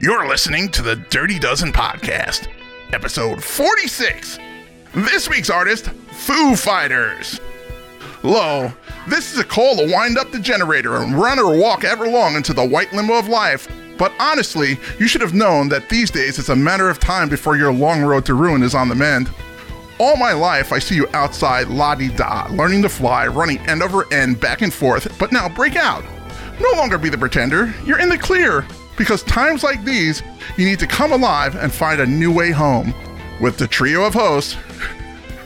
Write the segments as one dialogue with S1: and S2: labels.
S1: You're listening to the Dirty Dozen Podcast, episode 46. This week's artist, Foo Fighters. Lo, this is a call to wind up the generator and run or walk ever long into the white limo of life. But honestly, you should have known that these days it's a matter of time before your long road to ruin is on the mend. All my life, I see you outside la di da, learning to fly, running end over end, back and forth, but now break out. No longer be the pretender, you're in the clear. Because times like these, you need to come alive and find a new way home. With the trio of hosts,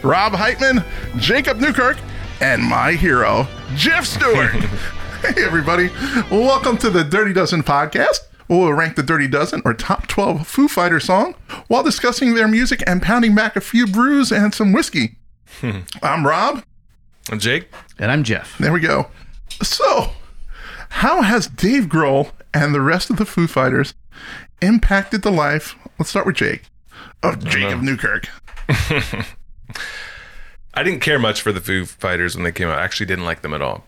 S1: Rob Heitman, Jacob Newkirk, and my hero, Jeff Stewart. hey, everybody. Welcome to the Dirty Dozen podcast. We'll rank the Dirty Dozen or top 12 Foo Fighter song while discussing their music and pounding back a few brews and some whiskey. I'm Rob.
S2: I'm Jake.
S3: And I'm Jeff.
S1: There we go. So, how has Dave Grohl and the rest of the Foo Fighters impacted the life? Let's start with Jake. Of Jacob Newkirk.
S2: I didn't care much for the Foo Fighters when they came out. I actually didn't like them at all.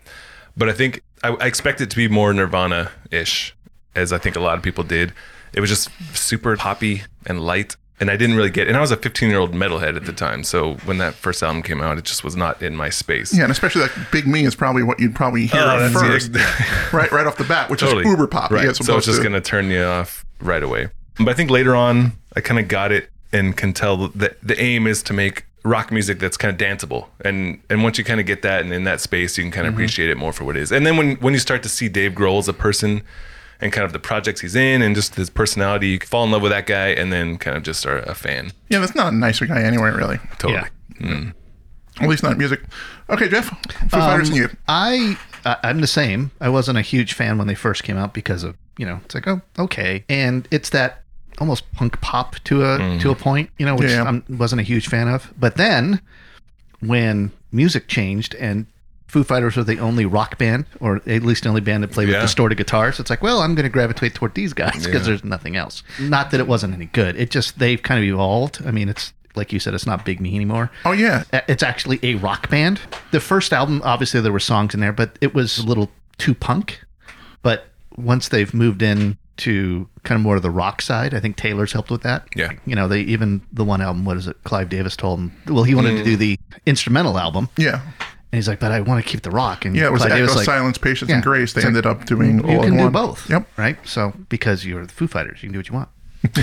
S2: But I think I, I expected it to be more Nirvana ish, as I think a lot of people did. It was just super poppy and light. And I didn't really get And I was a 15 year old metalhead at the time. So when that first album came out, it just was not in my space.
S1: Yeah, and especially like Big Me is probably what you'd probably hear
S2: Oh, that's
S1: first,
S2: it.
S1: right, right off the bat, which
S2: Totally.
S1: is uber pop.
S2: Right.
S1: Yeah, it's
S2: so it's
S1: supposed
S2: just
S1: to-
S2: going to turn you off right away. But I think later on, I kind of got it and can tell that the aim is to make rock music that's kind of danceable. And and once you kind of get that and in that space, you can
S1: Mm-hmm.
S2: kind of appreciate it more for what it is. And then when when you start to see Dave Grohl as a person and kind of the projects he's in and just his personality, you fall in love with that guy and then kind of just are a fan.
S1: Yeah, that's not a nicer guy anyway, really.
S2: Totally.
S1: At least not in music. Okay, Jeff, Foo
S3: Um,
S1: Fighters and you.
S3: I, I I'm the same. I wasn't a huge fan when they first came out because of you know it's like oh okay, and it's that almost punk pop to a to a point you know which
S1: Mm-hmm. Yeah.
S3: I wasn't a huge fan of. But then when music changed and Foo Fighters were the only rock band, or at least the only band that played
S2: Yeah.
S3: with distorted guitars. It's like, well, I'm going to gravitate toward these guys because there's nothing else. Not that it wasn't any good. It just they've kind of evolved. I mean, it's like you said, it's not Big Me anymore.
S1: Oh, yeah.
S3: Uh, It's actually a rock band. The first album, obviously, there were songs in there, but it was a little too punk. But once they've moved in to kind of more of the rock side, I think Taylor's helped with that.
S2: Yeah.
S3: You know, they even the one album, what is it? Clive Davis told him, well, he wanted to
S1: Mm.
S3: do the instrumental album.
S1: Yeah.
S3: And he's like, but I want to keep the rock. And
S1: Yeah, it was
S3: Clive
S1: Echo,
S3: Davis was like,
S1: Silence, Patience,
S3: Yeah.
S1: and Grace. They
S3: It's like,
S1: ended up doing all
S3: you
S1: in
S3: can do
S1: one.
S3: both.
S1: Yep.
S3: Right. So because you're the Foo Fighters, you can do what you want.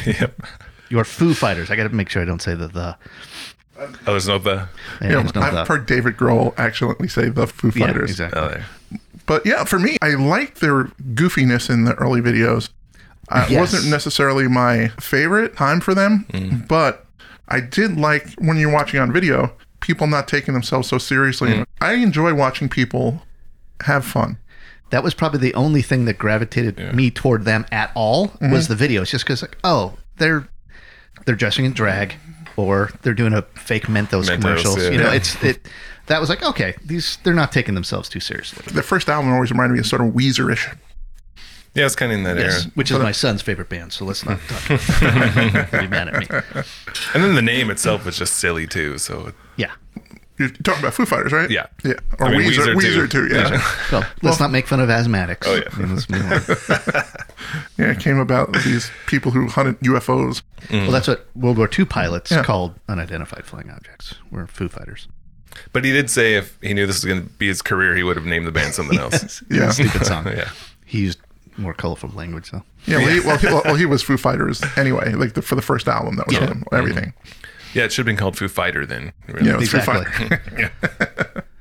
S2: yep.
S3: You're Foo Fighters. I got to make sure I don't say the, the,
S2: Oh, there's no the.
S3: yeah,
S1: Yeah,
S3: there's no
S1: I've
S3: the.
S1: heard David Grohl accidentally say the Foo
S3: Yeah,
S1: Fighters.
S3: exactly.
S2: Oh, there.
S1: But yeah, for me, I liked their goofiness in the early videos. Uh, It
S3: Yes.
S1: wasn't necessarily my favorite time for them,
S2: Mm.
S1: but I did like when you're watching on video, people not taking themselves so seriously.
S2: Mm.
S1: I enjoy watching people have fun.
S3: that was probably the only thing that gravitated me toward them at all was
S1: Mm-hmm.
S3: the videos just because like oh they're they're dressing in drag or they're doing a fake mentos,
S2: Mentos,
S3: commercials
S2: yeah.
S3: you know
S2: Yeah.
S3: it's it that was like okay these they're not taking themselves too seriously
S1: The first album always reminded me of sort of Weezer-ish.
S2: Yeah, it's kind of in that
S3: yes,
S2: era.
S3: which is my son's favorite band so let's not talk He'll be mad at me
S2: And then the name itself was just silly too. So
S3: yeah
S1: You're talking about Foo Fighters, right?
S2: Yeah.
S1: Yeah. Or
S2: I mean,
S1: Weezer, Weezer,
S2: Weezer
S1: too.
S2: too.
S1: Yeah.
S3: well let's not make fun of asthmatics oh, yeah. let's move on.
S1: yeah. It came about these people who hunted UFOs.
S2: Mm.
S3: well that's what world war ii pilots
S1: Yeah.
S3: called unidentified flying objects we're foo fighters
S2: But he did say if he knew this was going to be his career, he would have named the band something else.
S1: Yeah.
S3: stupid song
S2: Yeah.
S3: he used more colorful language though
S1: Yeah. Well, he, well, he, well, he was Foo Fighters anyway, like the, for the first album. That was
S3: Yeah.
S1: him, everything.
S2: Yeah, it should have been called Foo Fighter then. really.
S1: Yeah, it was Foo
S3: Exactly.
S1: Fighters.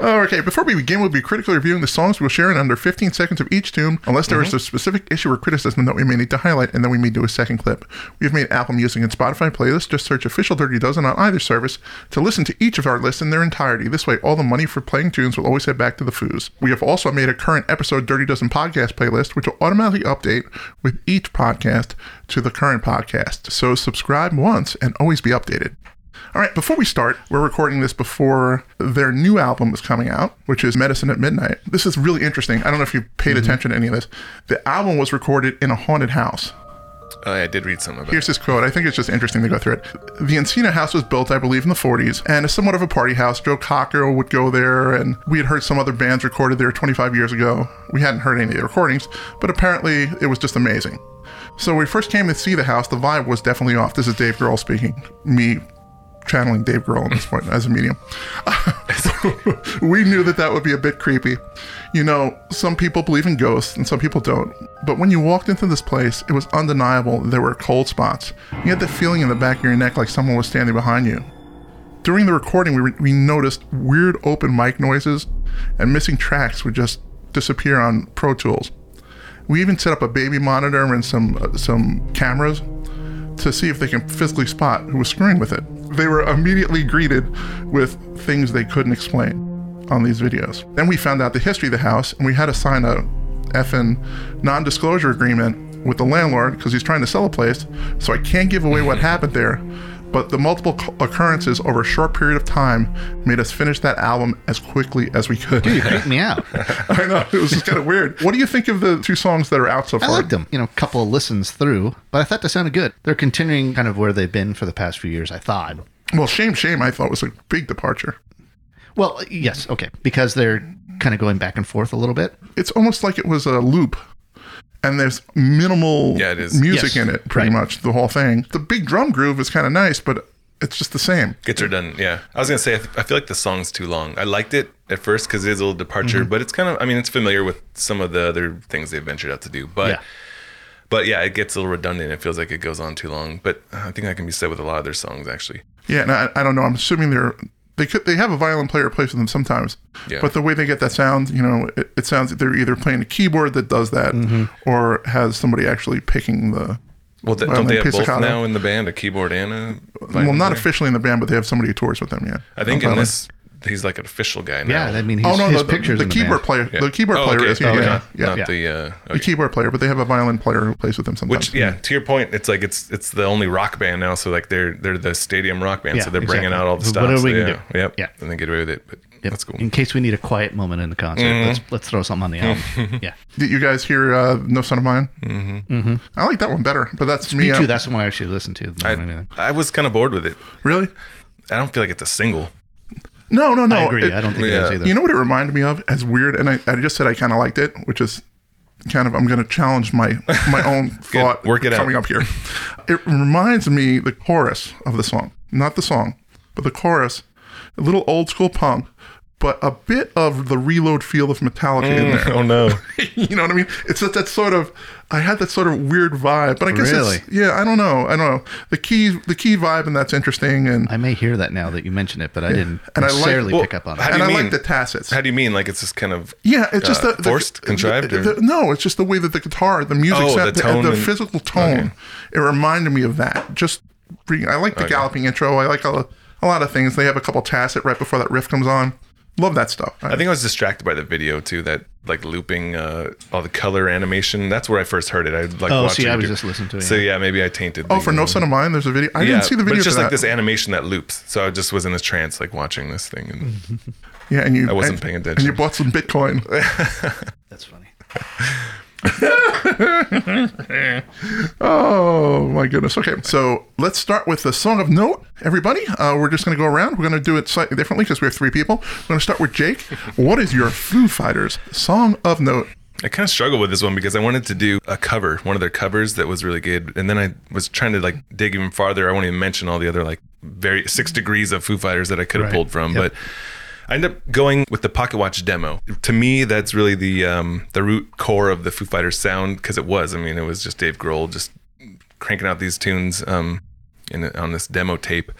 S1: Oh, okay, before we begin, we'll be critically reviewing the songs we'll share in under 15 seconds of each tune, unless there is a specific issue or criticism that we may need to highlight, and then we may do a second clip. We've made Apple Music and Spotify playlists. Just search Official Dirty Dozen on either service to listen to each of our lists in their entirety. This way, all the money for playing tunes will always head back to the foos. We have also made a current episode Dirty Dozen podcast playlist, which will automatically update with each podcast to the current podcast. So subscribe once and always be updated. All right, before we start, we're recording this before their new album is coming out, which is Medicine at Midnight. This is really interesting. I don't know if you paid attention to any of this. The album was recorded in a haunted house.
S2: Oh, yeah, I did read some about
S1: Here's this quote. I think it's just interesting to go through it. The Encina house was built, I believe, in the 40s and is somewhat of a party house. Joe Cocker would go there, and we had heard some other bands recorded there 25 years ago. We hadn't heard any of the recordings, but apparently it was just amazing. So when we first came to see the house, the vibe was definitely off. This is Dave Grohl speaking. Me channeling Dave Grohl at this point as a medium. we knew that that would be a bit creepy. You know, some people believe in ghosts and some people don't. But when you walked into this place, it was undeniable that there were cold spots. You had the feeling in the back of your neck like someone was standing behind you. During the recording, we, we noticed weird open mic noises and missing tracks would just disappear on Pro Tools. We even set up a baby monitor and some uh, some cameras to see if they can physically spot who was screwing with it. They were immediately greeted with things they couldn't explain on these videos. Then we found out the history of the house, and we had to sign a effing non-disclosure agreement with the landlord because he's trying to sell a place, so I can't give away what happened there. But the multiple co- occurrences over a short period of time made us finish that album as quickly as we could.
S3: Freaked me out.
S1: I know it was just kind of weird. What do you think of the two songs that are out so
S3: I
S1: far?
S3: liked them. You know, a couple of listens through, but I thought they sounded good. They're continuing kind of where they've been for the past few years, I thought.
S1: Well, shame, shame. I thought was a big departure.
S3: Well, yes, okay, because they're kind of going back and forth a little bit.
S1: It's almost like it was a loop, and there's minimal
S2: Yeah, it is.
S1: music
S3: Yes,
S1: in it, pretty
S3: right.
S1: much the whole thing. The big drum groove is kind of nice, but it's just the same.
S2: Gets her done. Yeah. I was going to say, I, th- I feel like the song's too long. I liked it at first because it is a little departure,
S1: Mm-hmm.
S2: but it's kind of, I mean, it's familiar with some of the other things they've ventured out to do. But,
S3: Yeah.
S2: but yeah, it gets a little redundant. It feels like it goes on too long. But I think that can be said with a lot of their songs, actually.
S1: Yeah, and I, I don't know. I'm assuming they're they could they have a violin player play for them sometimes,
S2: Yeah.
S1: but the way they get that sound, you know, it, it sounds like they're either playing a keyboard that does that,
S3: Mm-hmm.
S1: or has somebody actually picking the.
S2: Well, th-
S1: Violin
S2: don't they have both
S1: pizzicato.
S2: now in the band, a keyboard and a.
S1: Well,
S2: violin
S1: not
S2: player?
S1: officially in the band, but they have somebody who tours with them. Yeah,
S2: I think
S1: Violin.
S2: in this, he's like an official guy now.
S3: Yeah, I mean,
S1: Oh
S3: his,
S1: no,
S3: his
S1: the,
S3: pictures
S1: the,
S3: in
S1: keyboard
S3: band.
S1: player.
S2: Yeah.
S1: The keyboard
S2: Oh,
S1: player
S2: okay.
S1: is yeah,
S2: Oh,
S1: yeah,
S2: not,
S1: yeah.
S2: not
S1: yeah.
S2: the uh,
S1: The
S2: okay.
S1: keyboard player, but they have a violin player who plays with them sometimes.
S2: Which yeah, to your point, it's like it's it's the only rock band now. So like they're they're the stadium rock band.
S3: Yeah,
S2: so they're bringing
S3: exactly.
S2: out all the
S3: So
S2: stuff.
S3: whatever
S2: so
S3: we can
S2: yeah,
S3: do.
S2: Yep.
S3: Yeah.
S2: And they get away with it. But that's cool.
S3: In case we need a quiet moment in the concert,
S1: Mm-hmm.
S3: let's, let's throw something on the album. yeah.
S1: Did you guys hear uh, "No Son of Mine"? Mm-hmm. Mm-hmm. I like that one better, but that's me.
S3: Me
S1: uh,
S3: too. That's the one I actually listened to. more than
S2: I,
S3: anything.
S2: I was kind of bored with it.
S1: really?
S2: I don't feel like it's a single.
S1: No, no, no.
S3: I agree.
S1: It-
S3: I don't think it is
S2: yeah.
S3: either.
S1: Oh, You know what it reminded me of? As weird, and I, I just said I kind of liked it, which is kind of I'm going to challenge my my own thought
S2: work it out.
S1: coming up here. It reminds me the chorus of the song, not the song, but the chorus. A little old school punk, but a bit of the reload feel of Metallica in there.
S2: oh no.
S1: you know what I mean? It's that, that sort of I had that sort of weird vibe, but I guess
S3: Really?
S1: it's, yeah, I don't know, I don't know the key the key vibe and that's interesting and
S3: I may hear that now that you mention it, but I didn't
S1: And I like-
S3: necessarily
S1: well,
S3: pick up on
S2: how
S3: it.
S2: do
S1: and
S2: you
S1: I like
S2: mean?
S1: the tacits.
S2: How do you mean? Like it's just kind of
S1: yeah, it's just
S2: uh,
S1: the, the
S2: forced, contrived,
S1: the-
S2: or-
S1: the- no, it's just the way that the guitar, the music,
S2: Oh,
S1: sound-
S2: the
S1: the,
S2: tone
S1: the,
S2: and-
S1: physical tone.
S2: okay.
S1: It reminded me of that. Just bring, I like the galloping intro. I like a, a lot of things. They have a couple tacit right before that riff comes on. Love that stuff.
S2: I think I was distracted by the video too. That like looping, uh, all the color animation. That's where I first heard it. I like.
S3: Oh,
S2: watched
S3: see, I was
S2: YouTube.
S3: just listening to it,
S2: So yeah, maybe I tainted. uh,
S1: Oh, for no son of mine, there's a video. I
S2: yeah,
S1: didn't see the
S2: but
S1: video.
S2: it's just
S1: for
S2: like
S1: that.
S2: this animation that loops. So I just was in this trance, like watching this thing, and
S1: Yeah, and you.
S2: I
S1: and-
S2: wasn't paying
S1: And you
S2: attention.
S1: bought some Bitcoin.
S3: That's funny.
S1: Oh my goodness. Okay, so let's start with the song of note, everybody. Uh, we're just going to go around. We're going to do it slightly differently because we have three people. We're going to start with Jake. what is your Foo Fighters song of note?
S2: I kind of struggled with this one because I wanted to do a cover, one of their covers that was really good, and then I was trying to like dig even farther. I won't even mention all the other like very six degrees of Foo Fighters that I could have pulled from, but I ended up going with the Pocket Watch demo. To me, that's really the um, the root core of the Foo Fighters sound because it was. I mean, it was just Dave Grohl just cranking out these tunes um, in on this demo tape.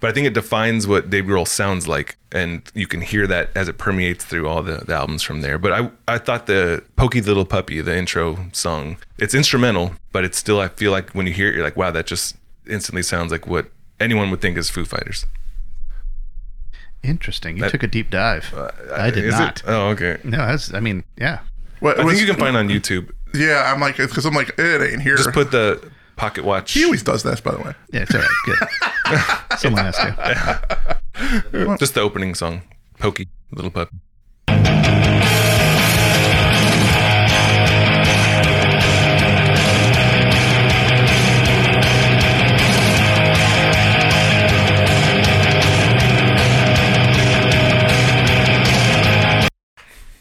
S2: But I think it defines what Dave Grohl sounds like, and you can hear that as it permeates through all the, the albums from there. But I, I thought the Pokey Little Puppy, the intro song, it's instrumental, but it's still I feel like when you hear it, you're like, wow, that just instantly sounds like what anyone would think is Foo Fighters.
S3: Interesting. You
S2: That-
S3: took a deep dive.
S1: Uh,
S3: I did
S2: Is it?
S3: not.
S2: Oh, okay.
S3: No, that's. I mean, yeah.
S1: What,
S2: I
S1: was-
S2: think you can find it on YouTube.
S1: yeah, I'm like, because I'm like, it ain't here.
S2: Just put the Pocket Watch.
S1: he always does this, by the way.
S3: Yeah, it's all right. Good. Someone has to.
S2: Just the opening song, Pokey Little Puppy.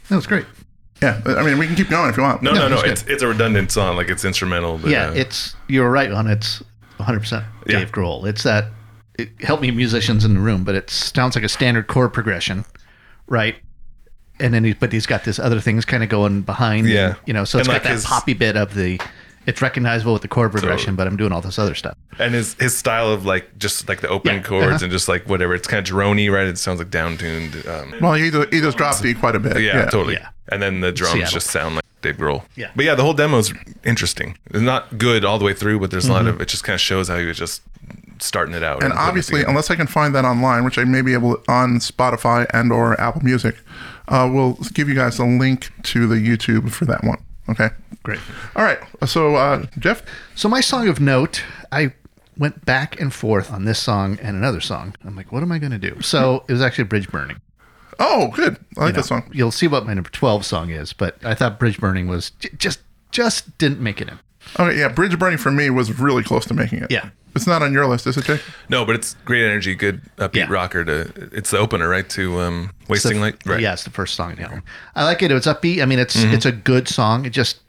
S3: That was great.
S1: Yeah, I mean, we can keep going if you want.
S2: No, no, no.
S3: that's good.
S2: It's it's a redundant song. Like it's instrumental. But,
S3: yeah,
S2: uh,
S3: it's you're right on. It's 100 percent Dave
S2: Yeah.
S3: Grohl. It's that. It, help me, musicians in the room, but it sounds like a standard chord progression, right? And then, he, but he's got this other things kind of going behind.
S2: Yeah.
S3: you know, so it's
S2: And
S3: got
S2: like
S3: that
S2: his-
S3: poppy bit of the. It's recognizable with the chord progression, but I'm doing all this other stuff.
S2: and his his style of like just like the open
S3: Yeah,
S2: chords
S3: uh-huh.
S2: and just like whatever. It's kind of drony, right? It sounds like down tuned. Um,
S1: Well, he, he just dropped D quite a bit.
S2: yeah, totally.
S3: Yeah.
S2: And then the drums
S3: Seattle.
S2: just sound like Dave Grohl.
S3: Yeah.
S2: But yeah, the whole demo's interesting. It's not good all the way through, but there's a lot
S3: Mm-hmm.
S2: of it. Just kind of shows how he was just starting it out.
S1: and
S2: putting it
S1: obviously,
S2: together.
S1: unless I can find that online, which I may be able on Spotify and or Apple Music, uh, we'll give you guys a link to the YouTube for that one. Okay.
S3: Great.
S1: All right. So uh, Jeff,
S3: So my song of note, I went back and forth on this song and another song. I'm like, what am I going to do? So it was actually Bridge Burning.
S1: oh, good. I like that
S3: know,
S1: song.
S3: You'll see what my number 12 song is, but I thought Bridge Burning was j- just just didn't make it in.
S1: Okay, yeah. Bridge Burning for me was really close to making it.
S3: Yeah.
S1: It's not on your list, is it, Jake?
S2: no, but it's great energy, good upbeat
S3: Yeah.
S2: rocker. To it's the opener, right? To um, wasting
S3: the,
S2: like right. Mm-hmm.
S3: Yeah, it's the first song in the album. I like it. It was upbeat. I mean, it's it's a good song. It just,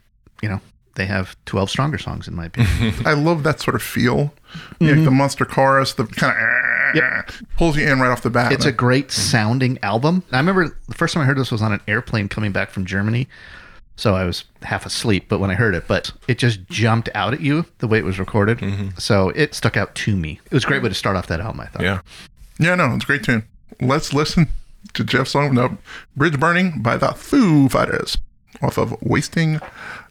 S3: you know, they have 12 stronger songs in my opinion.
S1: I love that sort of feel. You know,
S3: Mm-hmm.
S1: the monster chorus, the kind of pulls you in right off the bat.
S3: it's a great sounding album. I remember the first time I heard this was on an airplane coming back from Germany. So I was half asleep, but when I heard it, but it just jumped out at you the way it was recorded.
S2: Mm-hmm.
S3: So it stuck out to me. It was a great way to start off that album, I thought.
S2: yeah.
S1: yeah, no, it's a great tune. Let's listen to Jeff's song. No, Bridge Burning by the Foo Fighters off of Wasting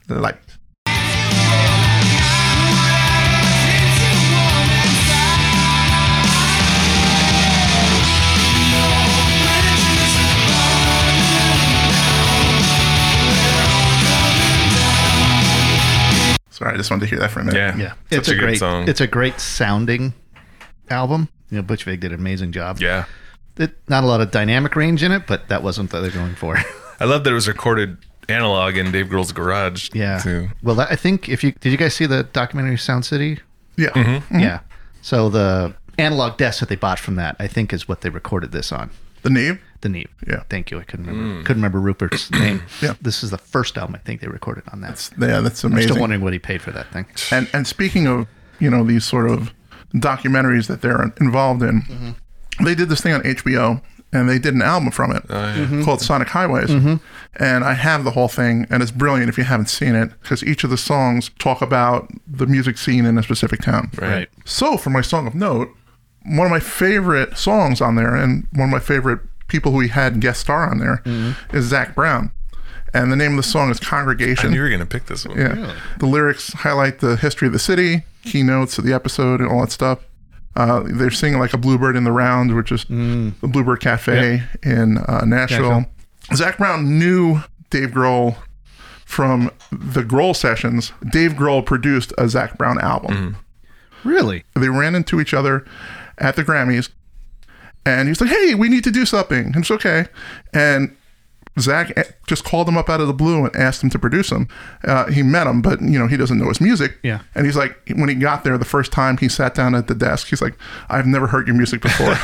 S1: Light. Sorry, I just wanted to hear that for a minute.
S2: Yeah.
S3: Yeah,
S2: Such
S3: it's a, great
S2: song.
S3: It's a great sounding album. You know, Butch Vig did an amazing job.
S2: yeah.
S3: It, not a lot of dynamic range in it, but that wasn't what they're going for.
S2: I love that it was recorded analog in Dave Grohl's garage.
S3: yeah.
S2: too.
S3: Well, that, I think if you did, you guys see the documentary Sound City?
S1: Yeah.
S3: Yeah. So the analog desk that they bought from that, I think, is what they recorded this on.
S1: The Neve.
S3: The Neve.
S1: Yeah.
S3: Thank you. I couldn't remember. Couldn't remember Rupert's name.
S1: Yeah.
S3: This is the first album I think they recorded on that.
S1: Yeah, that's
S3: Still
S1: amazing.
S3: wondering what he paid for that thing.
S1: And and speaking of you know these sort of documentaries that they're involved in, they did this thing on HBO and they did an album from it called Sonic Highways. And I have the whole thing, and it's brilliant if you haven't seen it because each of the songs talk about the music scene in a specific town.
S2: Right.
S1: So for my song of note, one of my favorite songs on there, and one of my favorite people who he had guest star on there, is Zach Brown. And the name of the song is Congregation.
S2: You were gonna pick this one.
S1: Yeah. The lyrics highlight the history of the city, keynotes of the episode, and all that stuff. Uh, they're singing like a Bluebird in the Round, which is the Bluebird Cafe in uh, Nashville. Zach Brown knew Dave Grohl from the Grohl sessions. Dave Grohl produced a Zach Brown album.
S3: Really?
S1: They ran into each other at the Grammys, and he's like, "Hey, we need to do something." And it's okay. And Zach a- just called him up out of the blue and asked him to produce him. Uh, he met him, but you know he doesn't know his music.
S3: Yeah.
S1: And he's like, when he got there the first time, he sat down at the desk. He's like, "I've never heard your music before."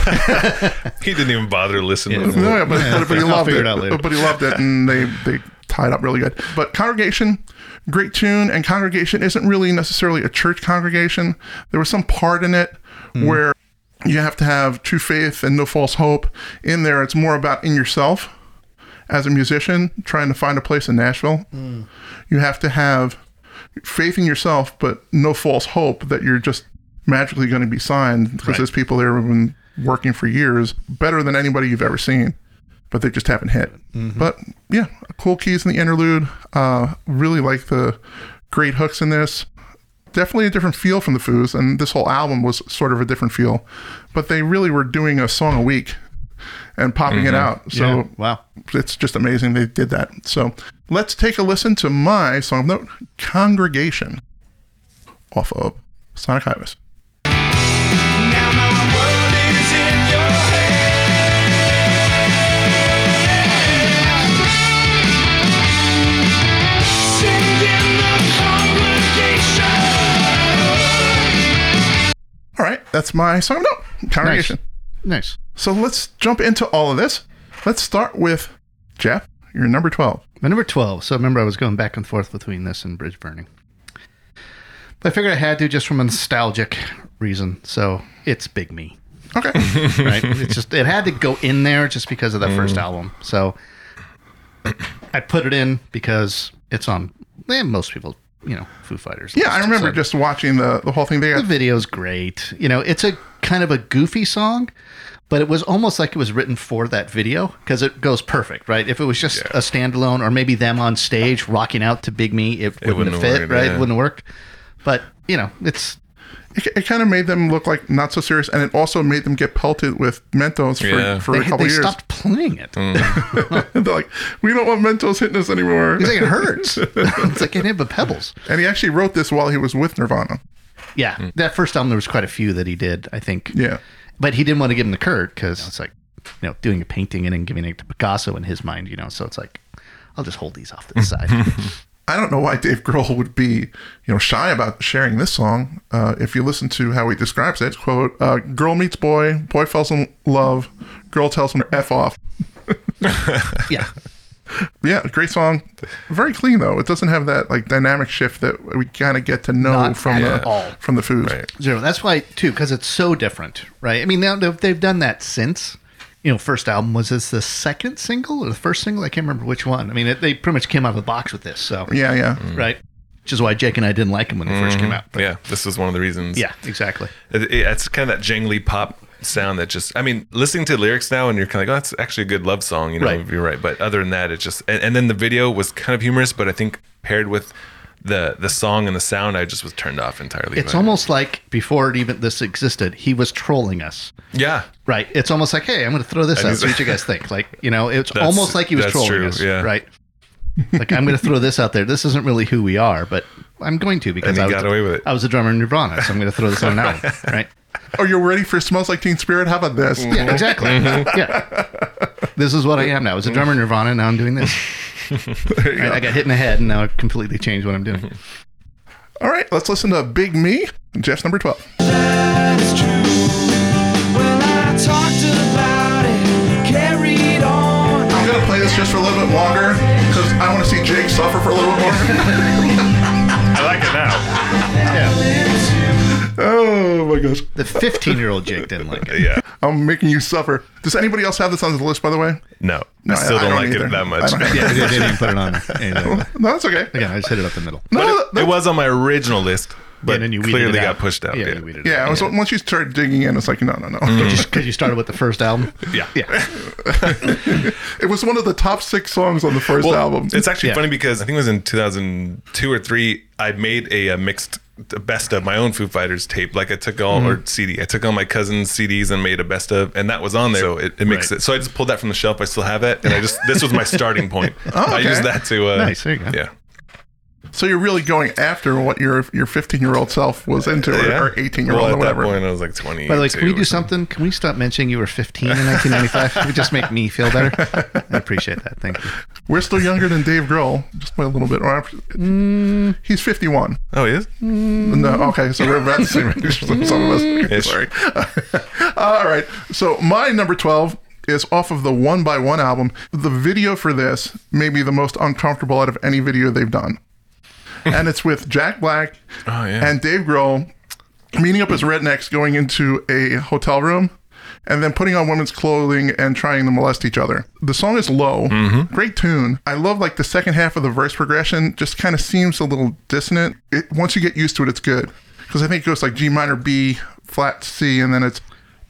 S2: He didn't even bother to listen. to
S1: No,
S2: it.
S1: yeah, but, but, but he
S3: I'll
S1: loved
S3: figure
S1: it.
S3: it out later.
S1: But he loved it, and they they tied up really good. But congregation, great tune, and congregation isn't really necessarily a church congregation. There was some part in it
S3: Hmm.
S1: where you have to have true faith and no false hope in there. It's more about in yourself as a musician trying to find a place in Nashville. You have to have faith in yourself, but no false hope that you're just magically going to be signed because
S3: Right.
S1: there's people there who've been working for years, better than anybody you've ever seen, but they just haven't hit.
S3: Mm-hmm.
S1: But yeah, cool keys in the interlude. Uh, really like the great hooks in this. Definitely a different feel from the Foos, and this whole album was sort of a different feel. But they really were doing a song a week and popping it out. So
S3: Mm-hmm. Yeah. Wow.
S1: it's just amazing they did that. So let's take a listen to my song of note, Congregation, off of Sonic Highways.
S4: Now my world is in your hands. Singing the congregation.
S1: All right, that's my song of note, Congregation.
S3: Nice.
S1: So let's jump into all of this. Let's start with Jeff, your number 12.
S3: My number 12. So remember, I was going back and forth between this and Bridge Burning. But I figured I had to just from a nostalgic reason. So it's Big Me.
S1: Okay.
S3: right? It's just it had to go in there just because of that first
S1: Mm.
S3: album. So I put it in because it's on eh, most people, you know, Foo Fighters.
S1: Yeah, I
S3: list.
S1: remember
S3: So
S1: just watching the, the whole thing. They
S3: the
S1: got
S3: video's great. You know, it's a kind of a goofy song, but it was almost like it was written for that video because it goes perfect, right? If it was just a standalone or maybe them on stage rocking out to Big Me, it wouldn't,
S2: wouldn't
S3: have
S2: have
S3: fit,
S2: worked,
S3: right?
S2: yeah.
S3: It wouldn't work. But you know, it's
S1: it, it kind of made them look like not so serious, and it also made them get pelted with Mentos for,
S2: Yeah.
S1: for
S3: they,
S1: a couple
S3: they
S1: years.
S3: stopped playing it.
S1: They're like, we don't want Mentos hitting us anymore.
S3: He's like, it hurts. it's like it hit the pebbles.
S1: And he actually wrote this while he was with Nirvana.
S3: Yeah, that first album there was quite a few that he did. I think.
S1: Mm. Yeah.
S3: but he didn't want to give them to Kurt because it's like, you know, doing a painting and then giving it to Picasso in his mind, you know. So it's like, I'll just hold these off to the side.
S1: I don't know why Dave Grohl would be, you know, shy about sharing this song. Uh, if you listen to how he describes it, quote, uh, "Girl meets boy, boy falls in love, girl tells him to f off."
S3: yeah,
S1: Yeah, great song. Very clean though. It doesn't have that like dynamic shift that we kind of get to know
S3: Not
S1: from
S3: at
S1: the
S3: all.
S1: from the food.
S2: Right.
S3: zero. That's why too, because it's so different, right? I mean, now they've they've done that since. You know, first album was this the second single or the first single? I can't remember which one. I mean, it, they pretty much came out of the box with this, so
S1: Yeah, yeah.
S2: Mm.
S3: right, which is why Jake and I didn't like him when they first
S2: Mm-hmm.
S3: came out. But
S2: Yeah, this is one of the reasons.
S3: yeah, exactly.
S2: It- it- it's kind of that jangly pop sound that just i mean listening to the lyrics now and you're kind of like oh that's actually a good love song you know
S3: Right.
S2: you're right but other than that it's just and, and then the video was kind of humorous but i think paired with the the song and the sound i just was turned off entirely
S3: It's
S2: by it.
S3: almost like before it even this existed, he was trolling us.
S2: yeah
S3: Right. It's almost like, hey, I'm going to throw this
S2: And
S3: out.
S2: he's-
S3: See what you guys think. Like, you know, it's
S2: That's-
S3: almost like he was
S2: that's
S3: trolling
S2: true,
S3: us.
S2: yeah.
S3: Right. Like, I'm going to throw this out there. This isn't really who we are, but I'm going to because
S2: And he
S3: I was,
S2: got away with it.
S3: I was a drummer in Nirvana, so I'm going to throw this on now. Right.
S1: Are you ready for "Smells Like Teen Spirit"? How about this?
S3: Yeah, exactly. Yeah. This is what I am now. I was a drummer in Nirvana, now I'm doing this. Right, I got hit in the head, and now I've completely changed what I'm doing.
S1: All right, let's listen to "Big Me." Jeff's number twelve.
S4: That's true. Well, I talked about it, carried on.
S1: I'm gonna play this just for a little bit longer because I want to see Jake suffer for a little bit more.
S2: i like it now
S3: Yeah.
S1: oh my gosh,
S3: The 15 year old Jake didn't like it.
S2: yeah
S1: I'm making you suffer. Does anybody else have this on the list, by the way?
S2: no,
S1: No,
S2: i still
S1: I- I
S2: don't,
S1: don't
S2: like
S1: either.
S2: it that
S1: I
S2: much
S1: don't-
S3: Yeah, I didn't even put it on. Anyway.
S1: No, that's okay.
S3: Again, I just hit it up the middle.
S1: No,
S2: But it, it was on my original list but
S3: and then you weeded
S2: clearly
S3: it
S2: got
S3: out.
S2: pushed out
S3: Yeah,
S2: yeah Mm-hmm.
S3: you weeded it
S1: yeah,
S3: out.
S1: it was, once you start digging in, it's like no, no, no.
S3: because you started with the first album.
S2: Yeah.
S3: yeah,
S1: it was one of the top six songs on the first
S2: Well,
S1: album.
S2: It's actually
S3: Yeah.
S2: funny because I think it was in 2002 or three. I made a, uh mixed the best of my own Foo Fighters tape. Like I took
S3: Mm-hmm.
S2: all or CD. I took all my cousin's CDs and made a best of, and that was on there. So it, it makes
S3: Right.
S2: it. So I just pulled that from the shelf. I still have it, and I just this was my starting point. I
S1: Oh, okay.
S2: used that to uh,
S3: Nice, there you go.
S2: Yeah,
S1: so you're really going after what your your 15 year old self was into, or-
S2: yeah.
S1: or 18 year
S2: Well,
S1: old,
S2: at
S1: or whatever.
S2: That point, I was like 20.
S3: By the way, can we do something? Can we stop mentioning you were 15 in 1995? it would just make me feel better. I appreciate that. Thank you.
S1: We're still younger than Dave Grohl, just by a little bit. Or He's 51.
S2: Oh, he is.
S1: No, okay, so we're about the same age as some of us.
S2: Ish.
S1: Sorry. All right, so my number 12 is off of the One by One album. The video for this may be the most uncomfortable out of any video they've done. and it's with Jack Black
S2: Oh, yeah.
S1: and Dave Grohl meeting up as rednecks going into a hotel room and then putting on women's clothing and trying to molest each other. The song is low, great tune. I love like the second half of the verse progression, just kind of seems a little dissonant. It, once you get used to it, it's good because I think it goes like G minor, B, flat C, and then it's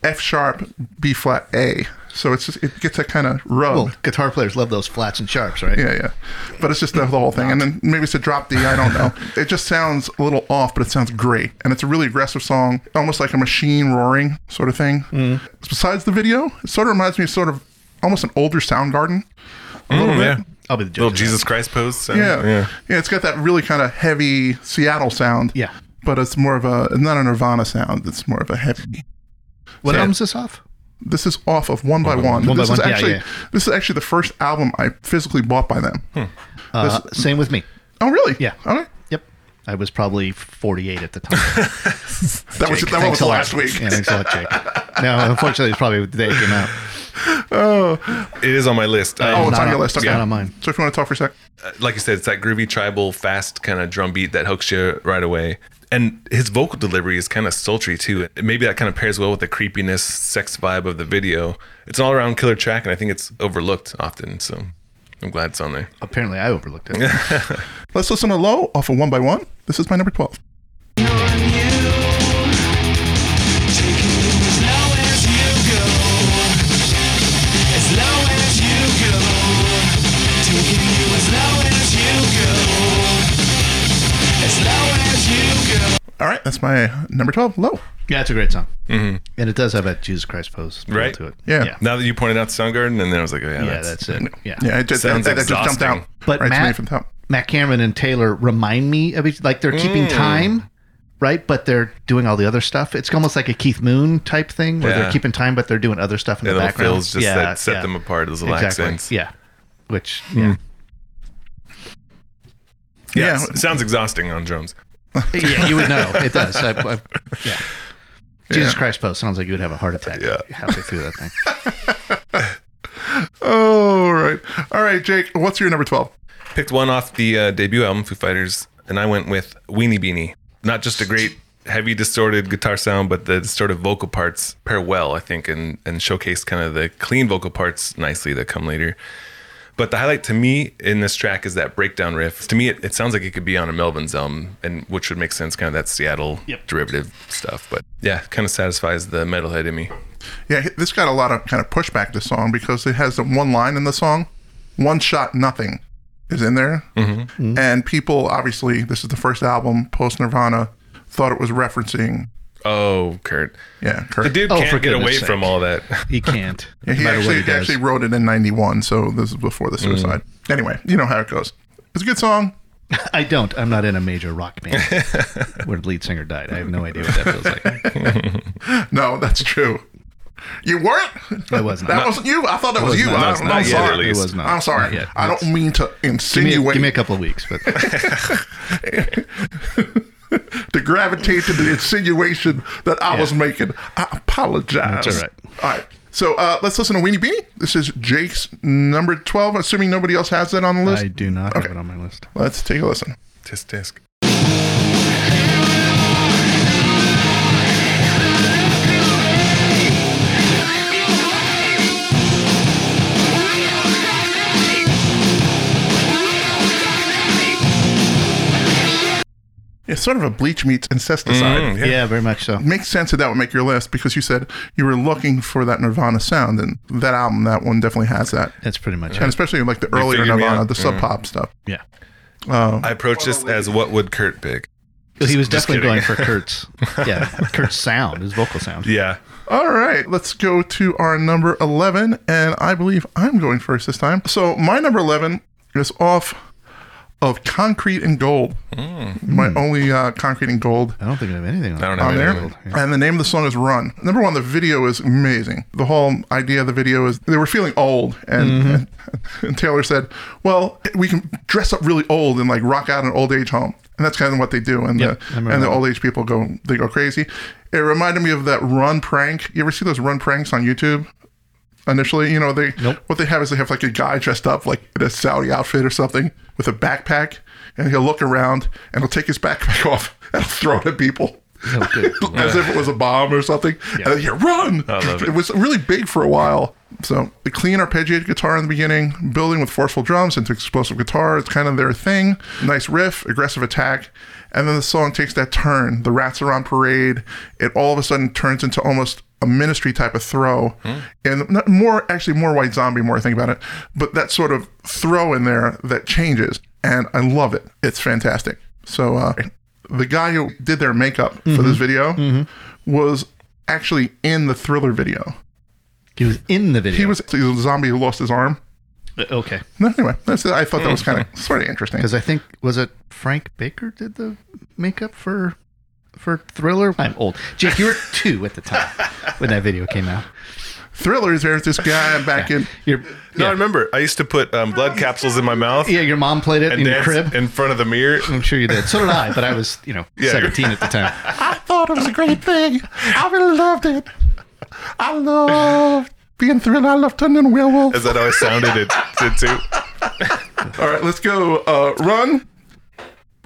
S1: F sharp, B flat, A. So it's just, it gets that kind of rub.
S3: Well, guitar players love those flats and sharps, right?
S1: Yeah, yeah. But it's just the, the whole thing. And then maybe it's a drop D, I don't know. It just sounds a little off, but it sounds great. And it's a really aggressive song, almost like a machine roaring sort of thing.
S3: Mm-hmm.
S1: Besides the video, it sort of reminds me of sort of almost an older Soundgarden. A little bit.
S2: Oh, Yeah.
S3: I'll be the judge.
S2: Little
S3: of that.
S2: Jesus Christ pose. So,
S1: Yeah. yeah. it's got that really kind of heavy Seattle sound.
S3: Yeah.
S1: But it's more of a, not a Nirvana sound. It's more of a heavy.
S3: What album's this off?
S1: This is off of One by One.
S3: One by
S1: this
S3: One,
S1: is
S3: yeah,
S1: actually
S3: yeah.
S1: this is actually the first album I physically bought by them.
S3: Uh, same with me.
S1: Oh, really?
S3: Yeah.
S1: Okay.
S3: Yep. I was probably 48 at the time.
S1: That was
S3: Jake,
S1: that one
S3: thanks
S1: was
S3: a lot.
S1: last week.
S3: Yeah, thanks a lot, Jake. No, unfortunately, it's probably the day it came out.
S2: It is on my list.
S1: Oh,
S2: Um,
S1: it's
S3: Not
S1: on your
S3: on-
S1: list.
S3: it's
S1: Okay.
S3: not on mine.
S1: So if you want to talk for a sec,
S2: like you said, it's that groovy tribal fast kind of drum beat that hooks you right away. And his vocal delivery is kind of sultry too. Maybe that kind of pairs well with the creepiness, sex vibe of the video. It's an all around killer track, and I think it's overlooked often. So I'm glad it's on there.
S3: Apparently, I overlooked it.
S1: let's listen to Low off of One by One. This is my number 12. All right, that's my number 12, Low.
S3: Yeah, it's a great song. And it does have that Jesus Christ pose feel
S2: Right.
S3: to it.
S1: Yeah.
S3: Yeah,
S2: Now that you pointed out Soundgarden, and then I was like, oh, yeah,
S3: Yeah,
S2: that's,
S3: that's, it. Yeah.
S1: Yeah, it just, that,
S2: Sounds
S1: that just jumped
S2: exhausting.
S1: out.
S3: But
S1: right to me
S3: Matt-
S1: from the top.
S3: Matt Cameron and Taylor remind me of each like they're keeping time, right? But they're doing all the other stuff. It's almost like a Keith Moon type thing where
S2: Yeah.
S3: they're keeping time, but they're doing other stuff in
S2: the
S3: the
S2: little
S3: background.
S2: fills just that set them apart. Those little
S3: Exactly.
S2: accents.
S3: Yeah. Which yeah.
S2: Yeah,
S1: Yeah.
S2: it's- sounds exhausting on drums.
S3: yeah, you would know it does. I, I, yeah. Jesus Christ pose sounds like you would have a heart attack
S2: Yeah.
S3: halfway through that thing.
S1: All right. All right, Jake, what's your number 12?
S2: picked one off the uh, debut album Foo Fighters, and I went with Weenie Beanie. Not just a great heavy distorted guitar sound, but the distorted vocal parts pair well, I think, and and showcase kind of the clean vocal parts nicely that come later. But the highlight to me in this track is that breakdown riff. To me, it, it sounds like it could be on a Melvin's album, and which would make sense, kind of that Seattle derivative stuff. But yeah, kind of satisfies the metalhead in me.
S1: Yeah, this got a lot of kind of pushback. This song because it has the one line in the song, "One shot, nothing," is in there,
S2: Mm-hmm.
S3: Mm-hmm.
S1: and people obviously this is the first album post Nirvana thought it was referencing.
S2: Oh, Kurt,
S1: Yeah,
S2: the
S1: correct.
S2: dude
S3: Oh, for
S2: can't get
S3: goodness
S2: away
S3: sake.
S2: from all that.
S3: He can't.
S1: Yeah,
S3: no
S1: he
S3: matter what
S1: actually
S3: he
S1: he
S3: does. Mm.
S1: actually wrote it in '91, so this is before the suicide. Anyway, you know how it goes. It's a good song.
S3: I don't. I'm not in a major rock band where the lead singer died. I have no idea what that feels like.
S1: No, that's true. You weren't.
S3: I was not.
S1: That wasn't you. I thought that was, you.
S3: not.
S1: I,
S2: That's
S1: am
S2: not yet, at
S1: sorry.
S2: least.
S3: It was not.
S1: I'm
S3: Not
S1: sorry.
S3: yet.
S1: I don't mean to
S3: Give me,
S1: insinuate.
S3: a, give me a couple of weeks, but
S1: to gravitate to the insinuation that I
S3: Yeah.
S1: was making. I apologize.
S3: That's all right.
S1: All right. So uh, let's listen to Weenie Beanie. This is Jake's number 12, assuming nobody else has that on the list.
S3: I do not
S1: Okay.
S3: have it on my list.
S1: Let's take a listen.
S2: Tisk tisk.
S1: It's sort of a bleach meets incesticide.
S2: Mm,
S3: Yeah, very much so.
S1: Makes sense that that would make your list because you said you were looking for that Nirvana sound, and that album, that one definitely has that.
S3: That's pretty much
S1: And
S3: it.
S1: especially like the earlier
S2: figured me
S1: Nirvana,
S2: out. Mm.
S1: the sub pop stuff.
S3: Yeah.
S1: Uh,
S2: I approach this as what would Kurt pick?
S3: he was
S2: just
S3: definitely going
S2: kidding.
S3: for Kurt's, yeah, Kurt's sound, his vocal sound.
S2: Yeah.
S1: All right, let's go to our number 11, and I believe I'm going first this time. So, my number 11 is off of Concrete and Gold.
S2: Mm. Hmm.
S1: My only uh, Concrete and Gold
S3: I don't think I have anything on
S2: I don't
S3: it.
S2: have
S1: on
S2: any
S1: there.
S2: of it.
S1: And the name of the song is Run. Number one, the video is amazing. The whole idea of the video is they were feeling old, and,
S3: Mm-hmm.
S1: and, Taylor said, "Well, we can dress up really old and like rock out in an old age home." And that's kind of what they do, and
S3: Yep, I
S1: the
S3: remember
S1: and the
S3: that.
S1: old age people go they go crazy. It reminded me of that run prank. You ever see those run pranks on YouTube? Initially, you know they
S3: Nope.
S1: what they have is they have like a guy dressed up like in a Saudi outfit or something with a backpack, and he'll look around and he'll take his backpack off and throw it at people
S3: Oh, good.
S1: as if it was a bomb or something. And then you run.
S2: love it.
S1: was really big for a while. So the clean arpeggiated guitar in the beginning, building with forceful drums into explosive guitar. It's kind of their thing. Nice riff, aggressive attack. And then the song takes that turn. The rats are on parade. It all of a sudden turns into almost a ministry type of throw.
S2: Hmm.
S1: And not more, actually, more white zombie, more I think about it. But that sort of throw in there that changes. And I love it. It's fantastic. So uh, the guy who did their makeup for this video was actually in the thriller video.
S3: He was in the video. Uh,
S1: He was the zombie who lost his arm.
S3: okay
S1: No, Anyway, that's, I thought that was kind of sort of interesting.
S3: because I think was it Frank Baker did the makeup for for Thriller. I'm old, Jake. You were two at the time when that video came out.
S1: Thriller is there's this guy back in.
S3: Your
S2: No, I
S3: yeah,
S2: remember. I used to put um, blood capsules in my mouth
S3: yeah, your mom played it
S2: and
S3: in your
S2: dance
S3: crib.
S2: in front of the mirror.
S3: I'm sure you did. So did I, but I was you know
S2: Yeah.
S3: 17 at the time.
S1: I thought it was a great thing. I really loved it. I loved being thrilled. I love turning werewolf.
S2: Is that how it sounded? It did too.
S1: All right, let's go. Uh, run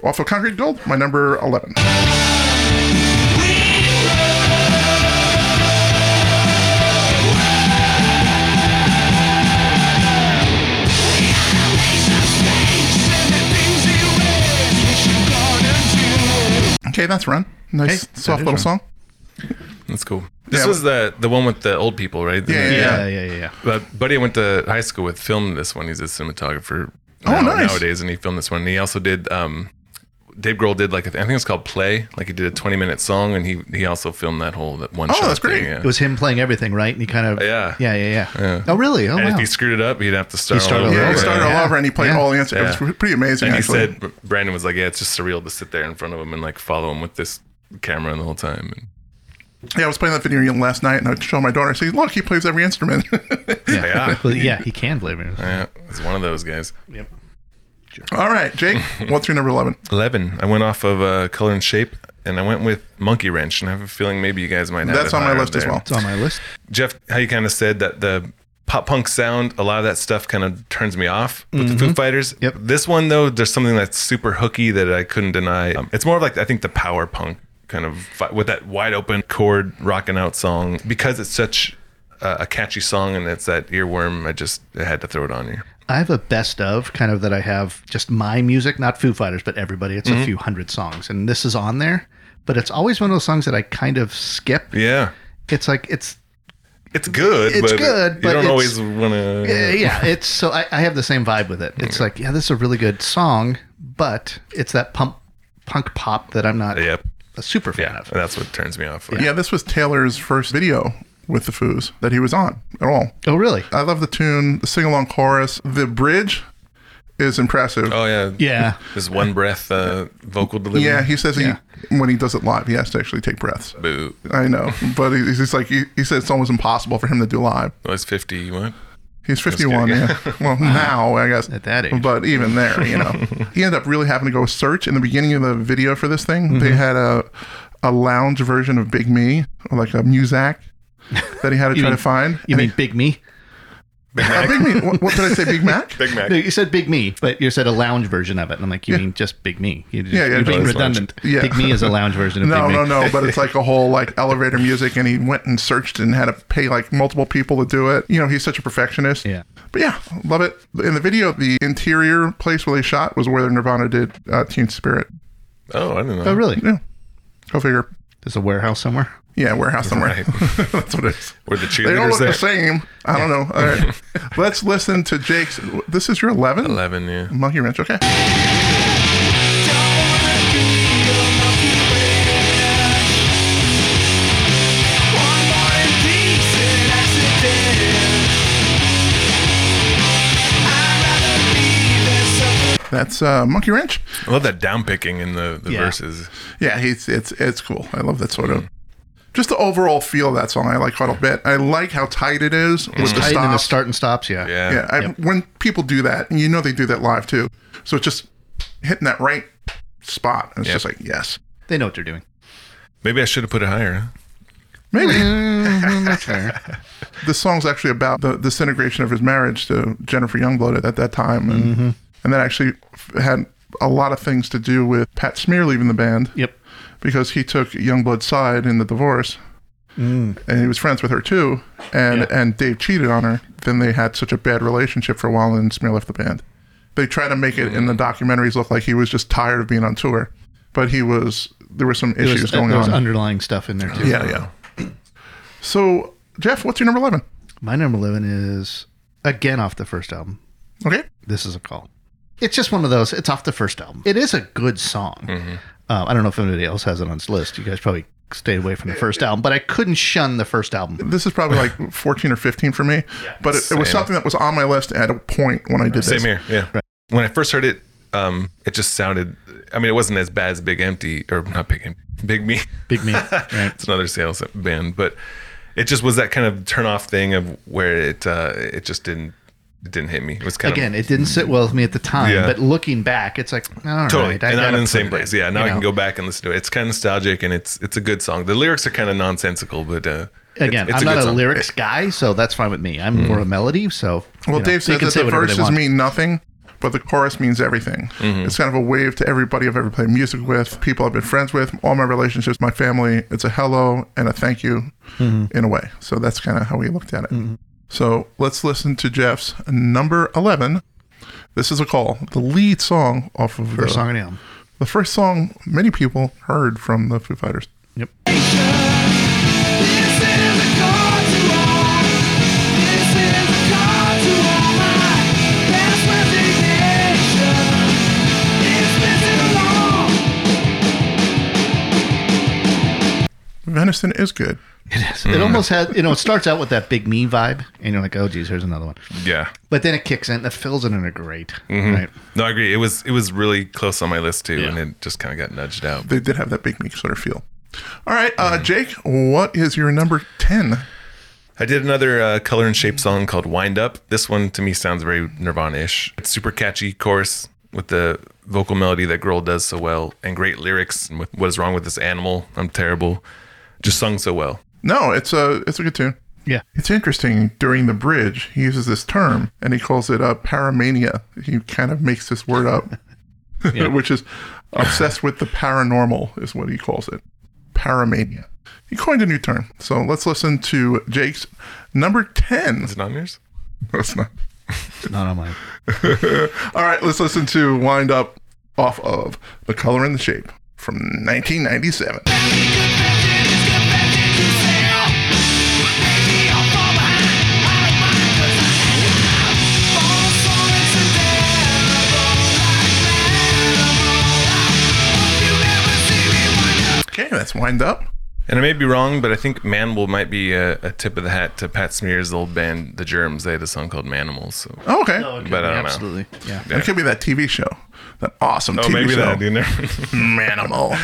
S1: off of concrete gold. My number eleven. Okay, that's run. Nice
S3: Hey, that
S1: soft
S3: is
S1: little
S3: Run.
S1: song.
S2: That's cool. This
S1: Yeah.
S2: was the the one with the old people, right?
S1: Yeah, yeah,
S3: Yeah, yeah, yeah. yeah.
S2: But buddy I went to high school with filmed this one. He's a cinematographer
S1: Oh, nice.
S2: nowadays, and he filmed this one. And he also did. um Dave Grohl did like a, I think it's called Play. Like he did a 20 minute song, and he he also filmed that whole that one.
S1: Oh,
S2: shot
S1: that's great.
S2: thing, yeah.
S3: It was him playing everything, right? And he kind of
S2: Yeah.
S3: yeah, yeah, yeah. Oh, really? Oh,
S2: and
S3: wow.
S2: if he screwed it up, he'd have to start.
S3: started
S2: all
S3: all
S2: over.
S1: Yeah,
S3: over.
S1: he started
S3: Yeah.
S1: all over and he played
S3: Yeah.
S1: all the answers. It
S2: Yeah.
S1: was pretty amazing,
S2: And he
S1: actually.
S2: said Brandon was like, "Yeah, it's just surreal to sit there in front of him and like follow him with this camera the whole time." And
S1: yeah, I was playing that video last night and I showed my daughter. I said, Look, he plays every instrument.
S2: Yeah.
S3: Well, yeah, he can blame him.
S2: yeah, it's one of those guys.
S1: all right, Jake, what's your number 11?
S2: 11. I went off of uh, color and shape, and I went with Monkey Wrench, and I have a feeling maybe you guys might have
S1: That's
S2: it
S1: on my
S2: higher
S1: list as
S2: there.
S1: well.
S3: It's on my list.
S2: Jeff, how you kind of said that the pop punk sound, a lot of that stuff kind of turns me off with the Foo Fighters.
S3: Mm-hmm. Yep.
S2: This one though, there's something that's super hooky that I couldn't deny. Um, it's more of like I think the power punk kind of fi- with that wide open chord rocking out song because it's such uh, a catchy song and it's that earworm. I just I had to throw it on here.
S3: I have a best of kind of that I have just my music, not Foo Fighters, but everybody.
S1: Mm-hmm.
S3: It's a few hundred songs, and this is on there. But it's always one of those songs that I kind of skip.
S2: Yeah.
S3: It's like it's
S2: It's good.
S3: It's
S2: but
S3: good,
S2: You
S3: but
S2: don't
S3: it's-
S2: always want to.
S3: yeah, eh, yeah, it's so I, I have the same vibe with it. It's like yeah, this is a really good song, but it's that pump punk pop that I'm not
S2: Yep.
S3: a super fan
S2: Yeah,
S3: of.
S2: that's what turns me off.
S1: Yeah, this was Taylor's first video with the Foos that he was on at all.
S3: Oh, really?
S1: I love the tune, the sing along chorus. The bridge is impressive.
S2: Oh yeah.
S3: Yeah.
S2: This one breath uh, vocal delivery.
S1: yeah, he says
S3: Yeah.
S1: he when he does it live, he has to actually take breaths.
S2: Boo.
S1: I know, but he- he's just like he, he said it's almost impossible for him to do live.
S2: Well, it's 50. What?
S1: He's 51,
S2: kidding.
S1: yeah. Well, now, I guess.
S3: At that age.
S1: But even there, you know. he ended up really having to go search. In the beginning of the video for this thing, they
S3: Mm-hmm.
S1: had a a lounge version of Big Me, or like a Muzak that he had to try
S3: mean-
S1: to find.
S3: You
S1: And
S3: mean Big Me?
S1: he- uh, Big Me. What, what did I say? Big Mac?
S2: Big Mac.
S3: No, you said Big Me, but you said a lounge version of it. And I'm like, you mean just Big Me? You just,
S1: Yeah, yeah,
S3: you're
S1: no,
S3: being
S1: it's
S3: redundant.
S1: lounge. Yeah.
S3: Big Me is a lounge version of
S1: No,
S3: Big Me.
S1: no, no. But it's like a whole like elevator music, and he went and searched and had to pay like multiple people to do it. You know, he's such a perfectionist.
S3: Yeah.
S1: But yeah, love it. In the video, the interior place where they shot was where Nirvana did uh, Teen Spirit.
S2: Oh, I don't know.
S3: Oh, really?
S1: Yeah. Go figure.
S3: There's a warehouse somewhere.
S1: Yeah, warehouse somewhere.
S2: Right.
S1: That's what it is.
S2: Were the
S1: They all
S2: cheerleaders
S1: look
S2: there?
S1: the same. I don't know. All right. Let's listen to Jake's. This is your 11?
S2: 11, yeah.
S1: Monkey Wrench. Okay. That's uh, Monkey Wrench.
S2: I love that down picking in the, the
S3: Yeah.
S2: verses.
S1: Yeah, he's it's it's cool. I love that sort of just the overall feel of that song. I like quite a bit. I like how tight it is with the
S3: Tight and the
S1: stops.
S3: start and stops. Yeah.
S2: Yeah.
S1: yeah, I, when people do that, and you know they do that live too. So it's just hitting that right spot. And it's just like yes,
S3: They know what they're doing.
S2: Maybe I should have put it higher.
S1: maybe
S3: Mm, that's fair.
S1: this song's actually about the disintegration of his marriage to Jennifer Youngblood at, at that time, and
S3: Mm-hmm.
S1: and that actually f- had a lot of things to do with Pat Smear leaving the band
S3: Yep.
S1: because he took Youngblood's side in the divorce, and he was friends with her too, and
S3: Mm. Yeah.
S1: and Dave cheated on her. Then they had such a bad relationship for a while, and Smear left the band. They try to make it in the documentaries look like he was just tired of being on tour, but he was there were some
S3: There
S1: issues
S3: was, uh,
S1: going
S3: there was
S1: on.
S3: underlying stuff in there too.
S1: yeah, yeah. So Jeff, what's your number eleven?
S3: My number eleven is again off the first album.
S1: Okay.
S3: This is a call. It's just one of those. It's off the first album. It is a good song.
S2: Mm-hmm.
S3: Uh, I don't know if anybody else has it on its list. You guys probably stayed away from the first album, but I couldn't shun the first album.
S1: this is probably like 14 or 15 for me, but it, it was
S2: same.
S1: something that was on my list at a point when I did this.
S2: Same here. Yeah. When I first heard it, um, it just sounded. I mean, it wasn't as bad as Big Empty or not Big Empty, Big Me.
S3: Big Me.
S2: it's another sales band, but it just was that kind of turn off thing of where it uh, it just didn't it didn't hit me. It was kind
S3: Again,
S2: of
S3: it didn't sit well with me at the time,
S2: Yeah.
S3: but looking back, it's like all right,
S2: totally.
S3: I
S2: and
S3: gotta
S2: I'm in the
S3: put
S2: same
S3: it
S2: place.
S3: in,
S2: Yeah, now
S3: you
S2: I can go
S3: know?
S2: back and listen to it. It's kind of nostalgic and it's it's a good song. The lyrics are kind of nonsensical, but uh, it's-
S3: Again,
S2: it's
S3: I'm not
S2: good
S3: a
S2: song.
S3: lyrics guy, so that's fine with me. I'm more a melody. So
S1: Well,
S3: you know,
S1: Dave
S3: they
S1: says
S3: can
S1: that
S3: say
S1: the
S3: whatever they
S1: verses
S3: want.
S1: mean nothing, but the chorus means everything.
S2: Mm-hmm.
S1: It's kind of a wave to everybody I've ever played music with, people I've been friends with, all my relationships, my family. It's a hello and a thank you
S3: Mm-hmm.
S1: in a way. So that's kind of how we looked at it. So let's listen to Jeff's number 11. This is a call, the lead song off of the,
S3: First song on the album.
S1: the first song many people heard from the Foo Fighters.
S3: Yep.
S4: This is a call to all. This is a call to all my best resignation. It's missing along.
S1: Venison is good.
S3: It is. It almost has. You know, it starts out with that big me vibe, and you're like, oh geez, here's another one.
S2: Yeah.
S3: But then it kicks in. It fills it in a great. Right.
S2: No, I agree. It was it was really close on my list too,
S3: Yeah.
S2: and it just kind of got nudged out.
S1: They did have that big meat sort of feel. All right, uh, Jake, what is your number 10?
S2: I did another uh, color and shape song called "Wind Up." This one to me sounds very Nirvana-ish. It's super catchy chorus with the vocal melody that Grohl does so well, and great lyrics. And with what is wrong with this animal? I'm terrible. Just sung so well.
S1: No, it's a it's a good tune.
S3: Yeah.
S1: It's interesting. During the bridge, he uses this term and he calls it uh, paramania. He kind of makes this word up, which is obsessed with the paranormal, is what he calls it. Paramania. He coined a new term. So let's listen to Jake's number 10.
S2: Is it on yours?
S1: That's not.
S3: It's not on my.
S1: All right, let's listen to Wind Up off of The Color and the Shape from 1997. Okay, that's Wind Up.
S2: And I may be wrong, but I think "Manimal" might be a, a tip of the hat to Pat Smear's old band, The Germs. They had a song called "Manimals." So.
S1: Oh, okay.
S2: But I don't know. Oh,
S3: Absolutely. Yeah.
S1: It could be that TV show. Oh, That awesome TV show.
S2: know.
S1: Manimal.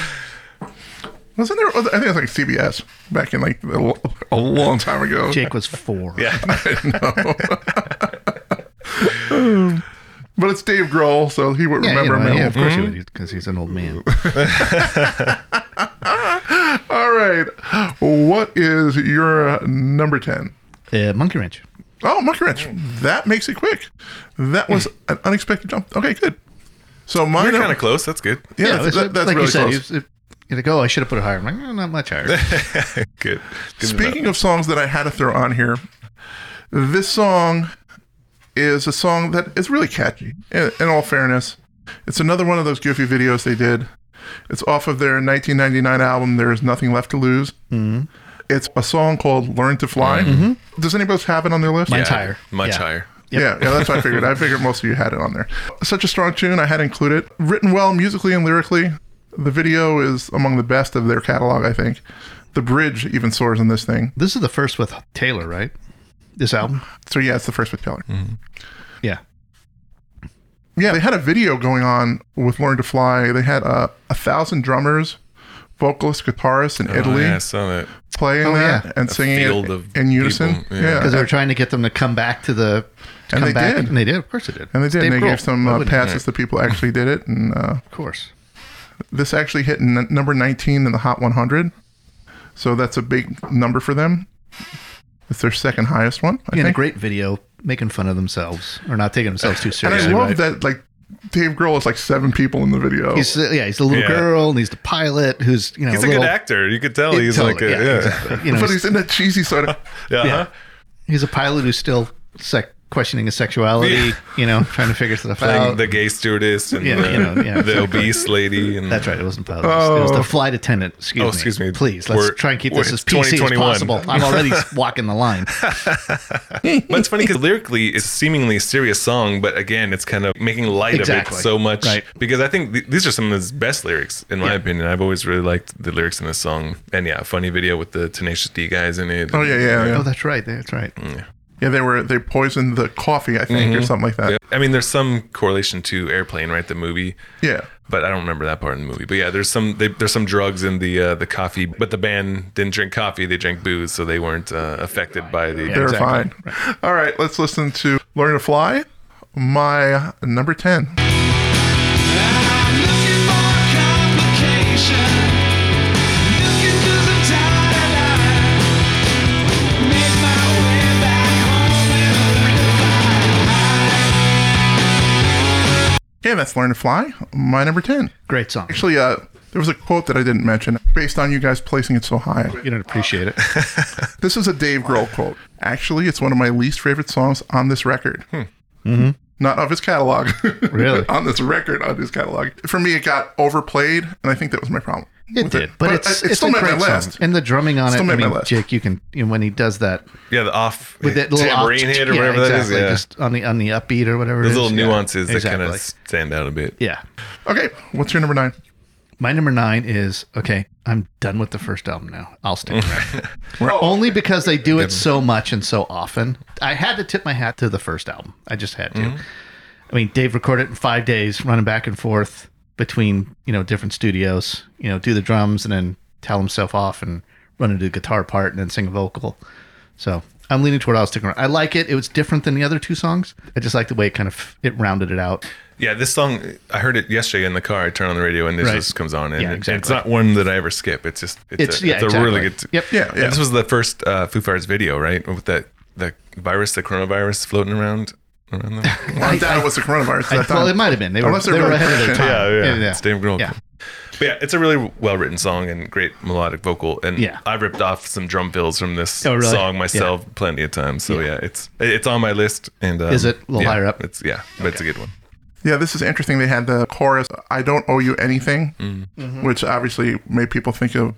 S1: Wasn't there? I think it was like CBS back in like the, lo- a long time ago.
S3: Jake was four. Yeah.
S1: But it's Dave Grohl, so he would
S3: Yeah, you
S1: remember
S3: know,
S1: Manimal.
S3: yeah, of course he would, because he's an old man.
S1: All right. What is your number 10?
S3: Uh, Monkey Wrench.
S1: Oh, Monkey Wrench. That makes it quick. That was an unexpected jump. Okay, good. So my
S2: You're
S1: num-
S2: kind of close. That's good.
S1: Yeah, that's,
S3: it's-
S1: that, that's
S3: like
S1: really
S3: you said,
S1: close.
S3: it's- it- you're like, oh, I should have put it higher. I'm like, "Eh, not much higher.
S2: Good. Good
S1: Speaking of songs that I had to throw on here, this song is a song that is really catchy. In, in all fairness, it's another one of those goofy videos they did. It's off of their 1999 album, There Is Nothing Left to Lose. It's a song called Learn to Fly. Does anybody else have it on their list?
S3: Mine's
S2: Yeah,
S3: higher.
S2: Much
S3: Yeah.
S2: higher.
S1: Yeah, yeah, that's what I figured. I figured most of you had it on there. Such a strong tune, I had to include it. Written well musically and lyrically. The video is among the best of their catalog, I think. The bridge even soars in this thing.
S3: This is the first with Taylor, right? This album.
S1: So yeah, it's the first with
S2: Mm.
S1: Taylor.
S3: Yeah.
S1: Yeah, they had a video going on with Learn to Fly. They had uh, a thousand drummers, vocalists, guitarists in
S2: Oh,
S1: Italy
S2: yeah, I saw that.
S1: playing
S3: Oh,
S1: that
S3: yeah.
S1: and singing
S2: field
S1: it
S2: of
S1: in unison.
S2: people, yeah.
S1: yeah,
S3: Because they were trying to get them to come back to the.
S1: Uh-huh.
S3: to
S1: And
S3: come
S1: they
S3: back,
S1: did.
S3: And they did. Of course they did.
S1: and they did.
S3: Dave
S1: And they
S3: Grohl.
S1: gave some
S3: Why
S1: uh,
S3: wouldn't he?
S1: passes to people who actually did it, and uh,
S3: Of course.
S1: this actually hit n- number 19 in the Hot 100. So that's a big number for them. It's their second highest one. I
S3: In a
S1: think.
S3: great video, making fun of themselves or not taking themselves too
S1: and I
S3: seriously.
S1: love
S3: right?
S1: that like Dave Grohl is like seven people in the video.
S3: He's uh, yeah, he's a little
S2: Yeah.
S3: girl, and he's the pilot who's you know
S2: He's a
S3: little,
S2: good actor. You could tell
S3: Yeah,
S2: he's
S3: totally,
S2: like a, yeah.
S3: exactly. You know,
S1: but
S3: he's,
S1: he's in that cheesy sort of.
S2: Yeah.
S3: Yeah.
S2: huh?
S3: he's a pilot who's still sec- questioning his sexuality.
S2: Yeah.
S3: You know, trying to figure stuff
S2: Playing
S3: out.
S2: the gay stewardess and
S3: Yeah,
S2: the,
S3: you know, yeah,
S2: the
S3: exactly.
S2: obese lady. And
S3: That's right. It wasn't pilot. It was- It was
S1: Oh.
S3: the flight attendant. Excuse
S2: Oh,
S3: me.
S2: excuse me.
S3: Please, let's
S2: We're-
S3: try and keep this
S2: we're-
S3: as PC as
S2: 2021.
S3: possible. I'm already walking the line.
S2: But it's funny because lyrically, it's seemingly a serious song, but again, it's kind of making light
S3: Exactly.
S2: of it so much.
S3: Right.
S2: Because I think th- these are some of his best lyrics, in my opinion. I've always really liked the lyrics in this song. And yeah, funny video with the Tenacious D guys in it.
S1: Oh yeah, yeah, yeah.
S2: Mm.
S3: Oh, that's right. That's right.
S1: Yeah, they were they poisoned the coffee, I think,
S3: Mm-hmm.
S1: or something like that.
S2: Yeah. I mean, there's some correlation to Airplane, right? The movie.
S1: Yeah.
S2: But I don't remember that part in the movie. But yeah, there's some they, there's some drugs in the uh, the coffee. But the band didn't drink coffee; they drank booze, so they weren't uh, affected by the.
S1: They're fine. All right, let's listen to Learn to Fly, my number 10.
S4: I'm looking for a complication. Looking through the tight line. Make my way back home in a
S1: Yeah, that's Learn to Fly, my number 10.
S3: Great song.
S1: Actually, uh, there was a quote that I didn't mention based on you guys placing it so high.
S3: You don't appreciate it.
S1: This is a Dave Grohl quote. Actually, it's one of my least favorite songs on this record.
S2: Hmm.
S1: Not of his catalog.
S3: Really?
S1: on this record, on his catalog. For me, it got overplayed, and I think that was my problem.
S3: It
S1: with
S3: did, but, it's, it's, a great song. And the drumming on
S1: Still
S3: it,
S1: made
S3: I mean,
S1: my list.
S3: Jake, you can you know, when he does that
S2: Yeah, the off
S3: with that little off-
S2: tambourine hit or
S3: yeah,
S2: whatever that is.
S3: exactly,
S2: Yeah,
S3: just on the on the upbeat or whatever.
S2: those
S3: it is.
S2: little
S3: Yeah.
S2: nuances that kind
S3: Exactly.
S2: of stand out a bit.
S3: yeah.
S1: Okay, what's your number nine?
S3: My number nine is okay. I'm done with the first album now. I'll stick around.
S2: Oh.
S3: Only because they do it so much and so often. I had to tip my hat to the first album. I just had to.
S2: Mm-hmm.
S3: I mean, Dave recorded it in five days, running back and forth between you know different studios. You know, do the drums and then towel himself off and run into the guitar part and then sing a vocal. So I'm leaning toward I'll stick around. I like it. It was different than the other two songs. I just like the way it kind of it rounded it out.
S2: Yeah, this song I heard it yesterday in the car. I turn on the radio and this
S3: Right.
S2: just comes on, and
S3: Yeah,
S2: it-
S3: exactly.
S2: it's not one that I ever skip. It's just it's,
S3: It's
S2: a,
S3: yeah,
S2: it's a
S3: exactly.
S2: really good.
S3: Yep.
S1: Yeah,
S2: And
S1: yeah.
S2: this was the first uh, Foo Fighters video, right? With that the virus, the coronavirus floating around around them.
S1: Well, I, thought it was the coronavirus.
S3: I,
S1: I,
S3: well, it might have been. They were,
S1: Unless
S3: they
S1: they're
S3: were
S1: really
S3: ahead of their
S1: pushing
S3: time.
S1: it.
S2: yeah, yeah, It's Dave Grohl.
S3: Yeah.
S2: But yeah, it's a really well written song and great melodic vocal. And
S3: Yeah.
S2: I ripped off some drum fills from this
S3: Oh, really?
S2: song myself plenty of times. So yeah, it's it's on my list. And um,
S3: Is it a little
S2: yeah,
S3: higher up?
S2: It's yeah, but it's a good one.
S1: Yeah, this is interesting. They had the chorus, I don't owe you anything,
S2: Mm. Mm-hmm.
S1: which obviously made people think of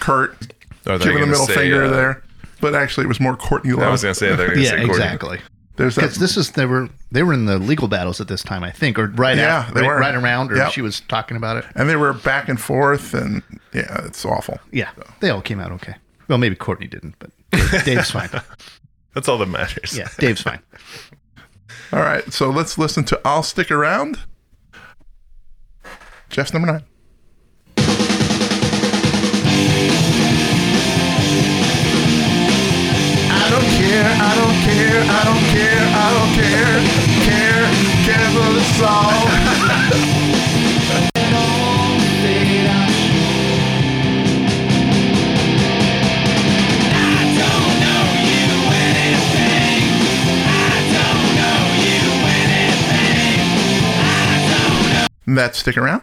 S1: Kurt
S2: Are they
S1: giving the
S2: gonna
S1: middle
S2: say,
S1: finger
S2: uh,
S1: there. But actually, it was more Courtney Love.
S2: I was gonna say they're gonna say
S3: Yeah,
S2: Courtney.
S3: exactly.
S1: There's that
S3: Because this is they were they were in the legal battles at this time, I think, or right
S1: Yeah,
S3: after,
S1: they
S3: right,
S1: were.
S3: right around, or
S1: Yep.
S3: she was talking about it.
S1: and they were back and forth and yeah it's awful
S3: Yeah, they all came out okay. Well, maybe Courtney didn't, but Dave's fine.
S2: That's all that matters.
S3: Yeah, Dave's fine.
S1: all right so let's listen to i'll stick around jeff's number nine I don't care, I don't care, I don't care, I don't care, care, care for the song. That's stick around.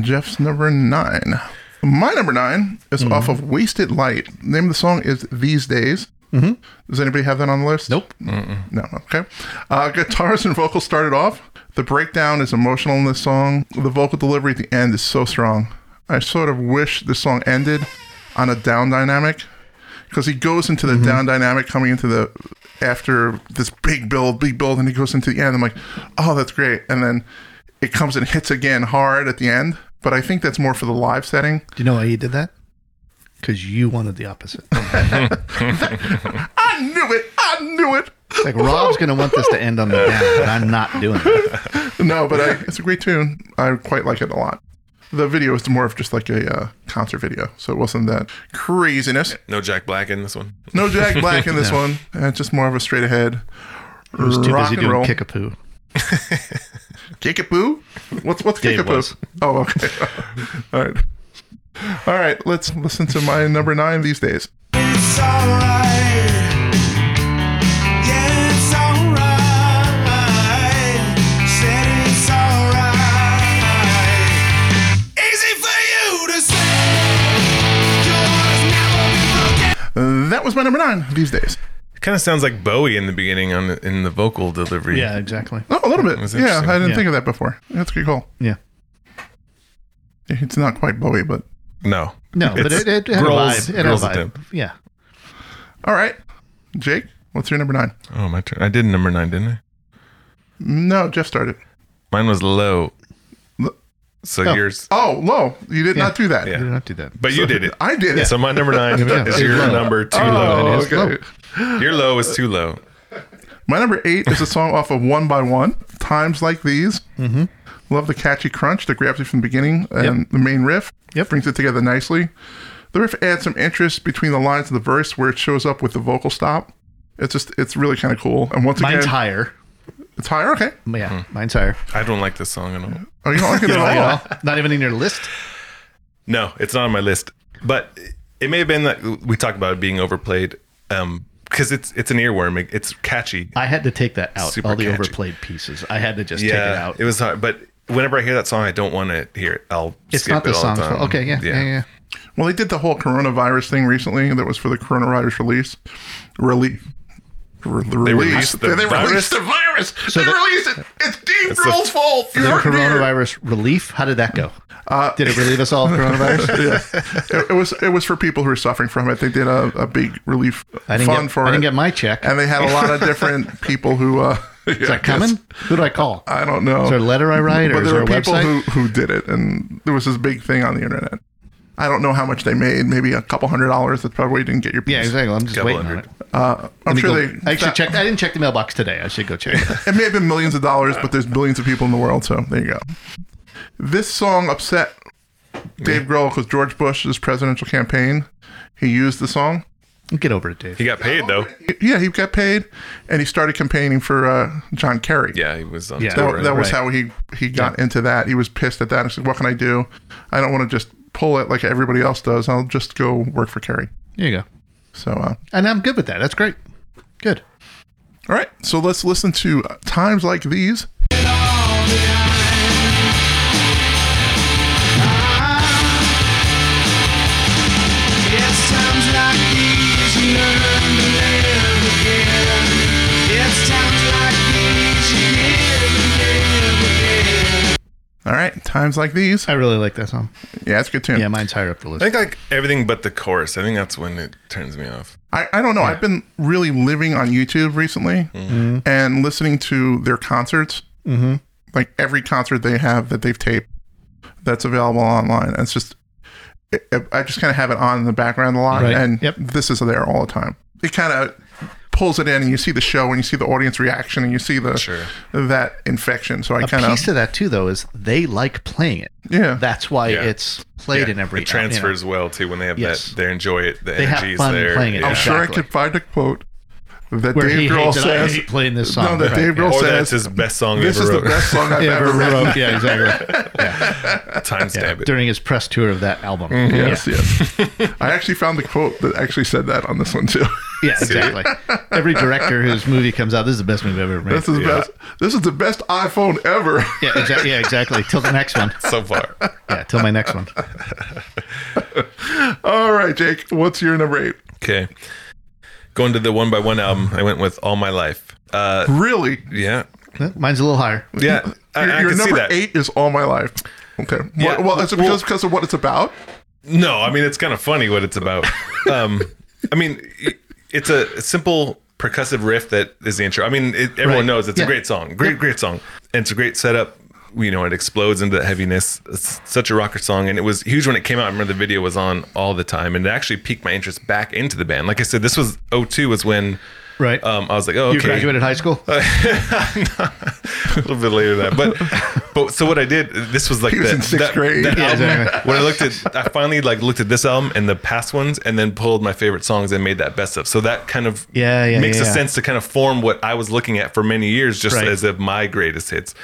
S1: Jeff's number nine. My number nine is off of Wasted Light. name of the song is These Days. Does anybody have that on the list?
S3: Nope.
S1: No. Okay. Uh, guitars and vocals started off. The breakdown is emotional in this song. The vocal delivery at the end is so strong. I sort of wish this song ended on a down dynamic because he goes into
S3: Mm-hmm.
S1: the down dynamic coming into the after this big build, big build, and he goes into the end. I'm like, oh, that's great. And then it comes and hits again hard at the end. But I think that's more for the live setting.
S3: Do you know why you did that? Because you wanted the opposite.
S1: I knew it. I knew it.
S3: Like Rob's going to want this to end on the down, and I'm not doing it.
S1: No, but I, it's a great tune. I quite like it a lot. The video is more of just like a uh, concert video, so it wasn't that craziness.
S2: No Jack Black in this one.
S1: No Jack Black in this one. Uh, it's just more of a straight ahead
S3: I was too
S1: rock
S3: busy
S1: and roll.
S3: doing kickapoo.
S1: Kickapoo? What's what's
S3: Dave
S1: kickapoo?
S3: was.
S1: Oh, okay. All right. All right. Let's listen to my number nine these days.
S4: It's alright. Yeah, it's alright. Said it's alright. Easy for you to say. Yours never be broken.
S1: Uh, that was my number nine these days.
S2: Kind of sounds like Bowie in the beginning on the, in the vocal delivery.
S3: Yeah, exactly.
S1: Oh, a little bit.
S2: That's
S1: Yeah,
S2: interesting.
S1: I didn't
S3: Yeah.
S1: think of that before. That's a good call.
S3: Yeah.
S1: It's not quite Bowie, but
S2: No.
S3: No, but
S2: It's
S3: it, it had
S2: Grohl's-
S3: a vibe. It had a
S2: Grohl's
S3: vibe.
S2: attempt.
S3: Yeah.
S1: all right. Jake, what's your number nine?
S2: Oh, my turn. I did number nine, didn't I?
S1: No, Jeff started.
S2: Mine was low. So
S3: Oh.
S2: yours.
S1: Oh, low. You did not do that.
S2: Yeah.
S3: You did not do that.
S2: But you did it.
S1: I did it.
S2: So my number nine
S3: Yeah.
S2: is your
S3: Low.
S2: number two
S1: Oh,
S2: low.
S3: It is
S1: okay.
S3: low.
S2: Your low is too low.
S1: My number eight is a song off of One by One. Times like these. Mm-hmm. Love the catchy crunch that grabs you from the beginning and the main riff.
S3: Yep.
S1: Brings it together nicely. The riff adds some interest between the lines of the verse where it shows up with the vocal stop. It's just, it's really kind of cool. And once
S3: Mine's
S1: again, Hmm.
S3: higher.
S1: it's higher. Okay.
S3: Yeah, mine's higher.
S2: I don't like this song at all.
S1: Oh, you don't like it
S3: Not
S1: at all?
S3: at all. Not even in your list.
S2: No, it's not on my list. But it may have been that we talked about it being overplayed um, because it's it's an earworm. It- It's catchy.
S3: I had to take that out.
S2: Super
S3: all the
S2: catchy.
S3: overplayed pieces. I had to just
S2: yeah,
S3: take it out.
S2: it was hard. But whenever I hear that song, I don't want to hear it. I'll
S3: it's
S2: skip
S3: not the
S2: it all
S3: song.
S2: the time.
S3: for- okay, yeah, yeah, yeah. yeah.
S1: Well, they did the whole coronavirus thing recently, and that was for the coronavirus release. Relief. Re- the
S2: They
S1: release.
S2: released the
S1: they, they
S2: virus?
S1: released the virus. they
S3: the-
S1: released it. It's Dave
S2: the-
S1: Grohl's fault.
S3: The
S1: You're an idiot.
S3: coronavirus relief. How did that go? did it relieve us all of coronavirus?
S1: it, it was it was for people who were suffering from it. They did a, a big relief
S3: I didn't
S1: fund
S3: get.
S1: for
S3: I
S1: it,
S3: didn't get my check.
S1: and they had a lot of different people who. Uh,
S3: Is that coming? Who do I call?
S1: I don't know.
S3: Is there a letter I write, or
S1: but
S3: is
S1: there
S3: there
S1: were
S3: a
S1: people
S3: website?
S1: who who did it, and there was this big thing on the internet. I don't know how much they made. Maybe a couple hundred dollars. That's probably why you didn't get your. Piece.
S3: yeah, exactly. I'm just
S2: Couple
S3: waiting
S2: hundred.
S3: on it.
S1: Uh, I'm
S3: Let me
S1: sure
S3: go-
S1: they.
S3: I should
S1: that-
S3: check. I didn't check the mailbox today. I should go check. it.
S1: It may have been millions of dollars, but there's billions of people in the world, so there you go. This song upset Dave Grohl because George Bush's presidential campaign. He used the song.
S3: Get over it, Dave.
S2: He got paid though.
S1: Yeah, he got paid, and he started campaigning for uh, John Kerry.
S2: Yeah, he was on
S3: Yeah.
S2: tour.
S1: that,
S2: right?
S1: that was
S3: right.
S1: how he he got into that. He was pissed at that. He said, "What can I do? I don't want to just pull it like everybody else does. I'll just go work for Kerry."
S3: There you go.
S1: So, uh,
S3: And I'm good with that. That's great. Good.
S1: all right, so let's listen to uh, "Times Like These."
S4: It's times like these you learn to live again. It's times like these you live and live again.
S1: All right, "Times Like These."
S3: I really like that song.
S1: Yeah, it's a good tune.
S3: Yeah, mine's higher up the list.
S2: I think like everything but the chorus. I think that's when it turns me off.
S1: I, I don't know. I've been really living on YouTube recently
S3: Mm-hmm.
S1: and listening to their concerts. Mm-hmm. Like every concert they have that they've taped that's available online. And it's just, it, it- I just kind of have it on in the background a lot.
S3: Right.
S1: And
S3: Yep.
S1: this is there all the time. It kind of pulls it in and you see the show and you see the audience reaction and you see the
S2: Sure.
S1: that infection. So I
S3: A
S1: kind
S3: piece
S1: of,
S3: of that too, though, is they like playing it.
S1: yeah.
S3: That's why
S2: Yeah.
S3: it's played
S2: Yeah.
S3: in every
S2: it transfers well too when they have
S3: Yes.
S2: that. They enjoy it. The
S3: They have
S2: energy's
S3: fun
S2: there.
S3: playing it. Oh,
S2: Yeah.
S1: I'm sure I
S3: Exactly.
S1: could find a quote that
S3: Where he
S1: Dave Grohl
S3: hates that I
S1: says.
S3: hate playing this song.
S1: No, that Dave Grohl
S2: Or
S1: says.
S2: that's his best song
S1: This
S2: ever
S1: is the
S2: wrote.
S1: best song I've
S3: Yeah,
S1: ever
S3: ever
S1: written.
S3: wrote. Yeah, exactly. Yeah.
S2: Timestamp it.
S3: During his press tour of that album.
S1: Mm-hmm. Yes, yes. I actually found the quote that actually said that on this one too.
S3: Yeah, yeah exactly. Every director whose movie comes out, this is the best movie I've ever made.
S1: this is the best. This is the best iPhone ever.
S3: yeah, exa- yeah, exactly. Till the next one.
S2: So far,
S3: Yeah, till my next one.
S1: All right, Jake. What's your number eight?
S2: okay. Going to the one by one album, I went with All My Life. Uh,
S1: Really?
S2: yeah,
S3: Mine's a little higher.
S2: yeah. I,
S1: your
S2: I
S1: your
S2: can see
S1: number
S2: that.
S1: eight is all my life. Okay.
S2: Yeah,
S1: well, well, is it
S2: well-
S1: because, because of what it's about?
S2: No, I mean it's kind of funny what it's about. Um, I mean, i- it's a simple percussive riff that is the intro. I mean, it, everyone
S3: Right.
S2: knows it's
S3: Yeah.
S2: a great song, great, great song, and it's a great setup. You know, it explodes into that heaviness. It's such a rocker song, and it was huge when it came out. I remember the video was on all the time, and it actually piqued my interest back into the band. Like I said, this was 02 was when
S3: Right.
S2: um, I was like, oh,
S3: you
S2: okay.
S3: graduated high school?
S2: a little bit later than that. But but so what I did, this was like
S1: He was
S2: that-
S1: in sixth
S2: that-
S1: grade.
S2: that
S3: Yeah,
S2: album,
S3: exactly.
S2: when I looked at, I finally like looked at this album and the past ones, and then pulled my favorite songs and made that best of. So that kind of
S3: Yeah, yeah,
S2: makes
S3: yeah,
S2: a
S3: yeah.
S2: sense to kind of form what I was looking at for many years, just
S3: Right.
S2: as of my greatest hits.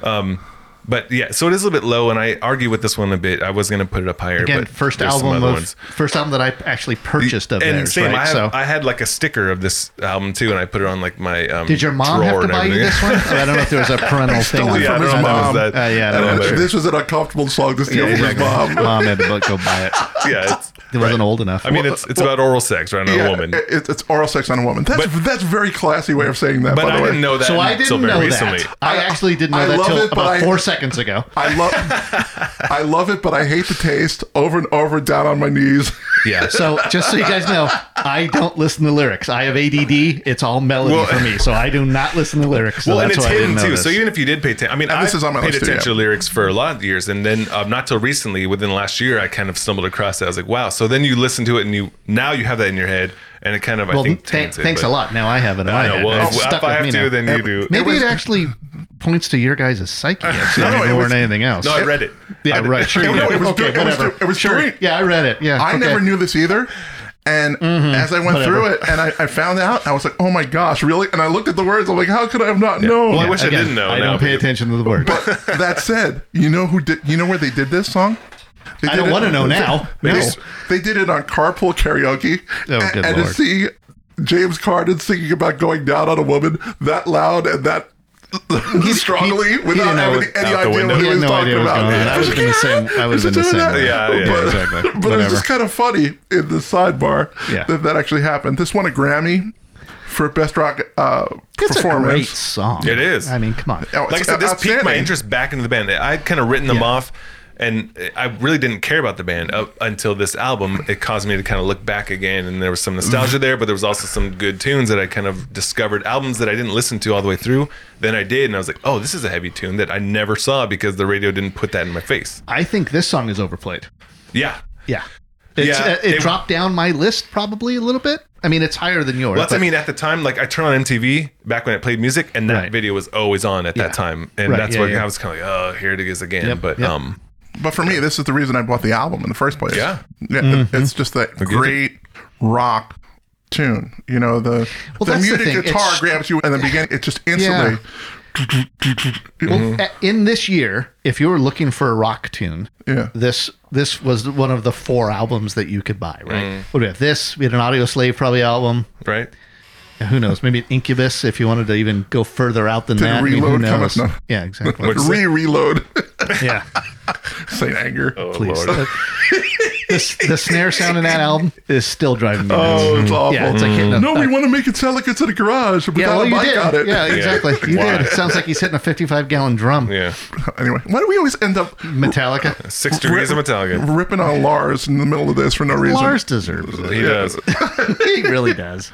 S2: Um, but yeah, so it is a little bit low, and I argue with this one a bit. I was going to put it up higher.
S3: Again,
S2: but
S3: first
S2: there's some
S3: album
S2: other
S3: of
S2: ones.
S3: first album that I actually purchased of
S2: and
S3: theirs,
S2: same, I,
S3: right?
S2: have,
S3: so
S2: I had like a sticker of this album too, and I put it on like my um,
S3: did your mom have
S2: drawer
S3: to
S2: and
S3: buy you
S2: everything.
S3: this one? Oh, I don't know if there was a parental thing.
S1: stole
S3: on
S1: it
S3: that.
S1: from his
S3: I don't know.
S1: mom.
S2: That-
S3: Uh, yeah, I
S2: I
S3: don't
S2: don't
S3: know.
S2: know.
S1: This was an uncomfortable song to steal
S2: Yeah,
S1: from his
S2: exactly.
S1: mom.
S3: Mom had to go buy it.
S2: yeah, it's,
S3: It wasn't old enough.
S2: I mean, it's it's about oral sex, right? On
S1: Yeah, eh,
S2: a woman.
S1: it- it's oral sex on a woman. That's
S2: But-
S1: that's a very classy way of saying that.
S2: but
S1: by the
S2: I
S1: way.
S2: didn't know that
S3: so I
S2: until
S3: didn't
S2: very
S3: know
S2: recently.
S3: that. I actually didn't know
S1: I
S3: that
S1: love
S3: till
S1: it, but
S3: about
S1: I-
S3: four seconds ago.
S1: I love, I love it, but I hate the taste. Over and over, down on my knees.
S2: Yeah.
S3: So just so you guys know, I don't listen to lyrics. I have ADD. It's all melody
S2: Well-
S3: for me, so I do not listen to lyrics. So
S2: well, and
S3: that's
S2: it's
S3: why I
S2: hidden
S3: didn't know
S2: too.
S3: this.
S2: So even if you did pay attention, I mean,
S1: And
S2: I
S1: this is on my
S2: paid
S1: list, too,
S2: attention
S1: yeah.
S2: to lyrics for a lot of years, and then um, not till recently, within the last year, I kind of stumbled across it. I was like, wow. So then you listen to it, and you now you have that in your head, and it kind of
S3: well,
S2: I think
S3: thank-
S2: taints it,
S3: thanks
S2: but-
S3: a lot. Now I have it. in my
S2: I know.
S3: head.
S2: Well,
S3: It's
S2: if,
S3: stuck
S2: I
S3: with
S2: have
S3: me
S2: to,
S3: now.
S2: then you do.
S3: Maybe it,
S1: was-
S3: actually points to your guys' psyche actually,
S1: No, no, it
S3: more
S1: was-
S3: than anything else.
S2: no, I read it.
S3: yeah, right. Sure.
S1: it-
S3: you
S1: no,
S3: did.
S1: it was doing- it was
S3: whatever.
S1: do- it was
S3: sure.
S1: doing-
S3: Yeah, I read it. Yeah,
S1: I
S3: okay. Mm-hmm.
S1: never knew this either. And as I went through it and I, I found out, I was like, oh my gosh, really? And I looked at the words, I'm like, how could I have not known?
S2: Well, I wish I didn't know.
S3: I
S2: now,
S3: don't pay
S2: because-
S3: attention to the words.
S1: But that said, you know who did? You know where they did this song? They
S3: I
S1: did
S3: don't
S1: it-
S3: wanna know now.
S1: They,
S3: No.
S1: they did it on carpool karaoke.
S3: Oh,
S1: and,
S3: good
S1: and to
S3: lord.
S1: see James Corden singing about going down on a woman that loud and that strongly
S3: he- he
S1: without
S3: didn't know
S1: having
S3: what-
S1: any
S2: out the
S1: idea
S2: window.
S1: what
S3: He
S1: he
S3: had
S1: was
S3: no
S1: talking
S3: idea what was
S1: about.
S3: going on. I
S1: It's
S3: was
S1: like,
S3: gonna
S1: "Yeah,
S3: say- I was
S1: it's
S3: in the
S1: doing
S3: same
S1: that."
S3: way.
S2: Yeah, yeah,
S1: but,
S3: exactly.
S1: But it was
S3: Whatever.
S1: just kind of funny in the sidebar
S3: Yeah.
S1: that that actually happened. This won a Grammy for best rock uh,
S3: It's a
S1: performance.
S3: great song.
S2: It is.
S3: I mean, come on.
S1: Oh,
S2: like I
S1: it's
S2: said, this piqued my
S1: outstanding.
S2: interest back into the band. I had kind of written them
S3: Yeah.
S2: off, and I really didn't care about the band up until this album. It caused me to kind of look back again, and there was some nostalgia there, but there was also some good tunes that I kind of discovered. Albums that I didn't listen to all the way through, then I did, and I was like, "Oh, this is a heavy tune that I never saw because the radio didn't put that in my face."
S3: I think this song is overplayed.
S2: Yeah.
S3: Yeah. It's,
S2: Yeah,
S3: uh, it,
S2: it-
S3: dropped down my list probably a little bit. I mean, it's higher than yours.
S2: Well, that's, I
S3: but-
S2: mean, at the time, like I turned on MTV back when it played music, and that
S3: Right.
S2: video was always on at
S3: Yeah.
S2: that time, and
S3: Right,
S2: that's
S3: yeah,
S2: where
S3: yeah.
S2: I was kind of like, "Oh, here it is again."
S3: Yep,
S2: But
S3: yep.
S2: um,
S1: But for me, this is the reason I bought the album in the first place.
S2: Yeah.
S1: yeah it- It's just that
S2: gives
S1: great rock tune. You know the
S3: Well,
S1: the
S3: that's the
S1: muted
S3: thing,
S1: guitar
S3: it's-
S1: grabs you in the beginning. It just instantly.
S3: Well,
S2: mm-hmm.
S3: a- in this year, if you were looking for a rock tune,
S1: Yeah.
S3: this this was one of the four albums that you could buy, right?
S2: Mm.
S3: What do we have? This, we had an Audio Slave probably album.
S2: right.
S3: Who knows? Maybe an Incubus if you wanted to even go further out than
S1: the
S3: that. I mean, who
S1: Reload come
S3: knows?
S1: up now?
S3: Yeah, exactly.
S1: Re-reload.
S3: yeah,
S1: Saint Anger.
S2: Oh,
S3: please.
S2: Lord.
S3: The, the, the snare sound in that album is still driving me nuts. Mm-hmm.
S1: Oh, it's awful.
S3: yeah, it's like hitting a,
S1: no, we
S3: a-
S1: want to make it sound like it's in a garage. But
S3: yeah, well, you
S1: I
S3: did.
S1: got it.
S3: Yeah, exactly. You
S2: Why?
S3: did. It sounds like he's hitting a 55 gallon drum.
S2: Yeah.
S1: Anyway, why do we always end up
S3: Metallica.
S2: Six degrees of Metallica.
S1: ripping on Lars in the middle of this for no reason?
S3: Lars deserves it.
S2: He does.
S3: he really does.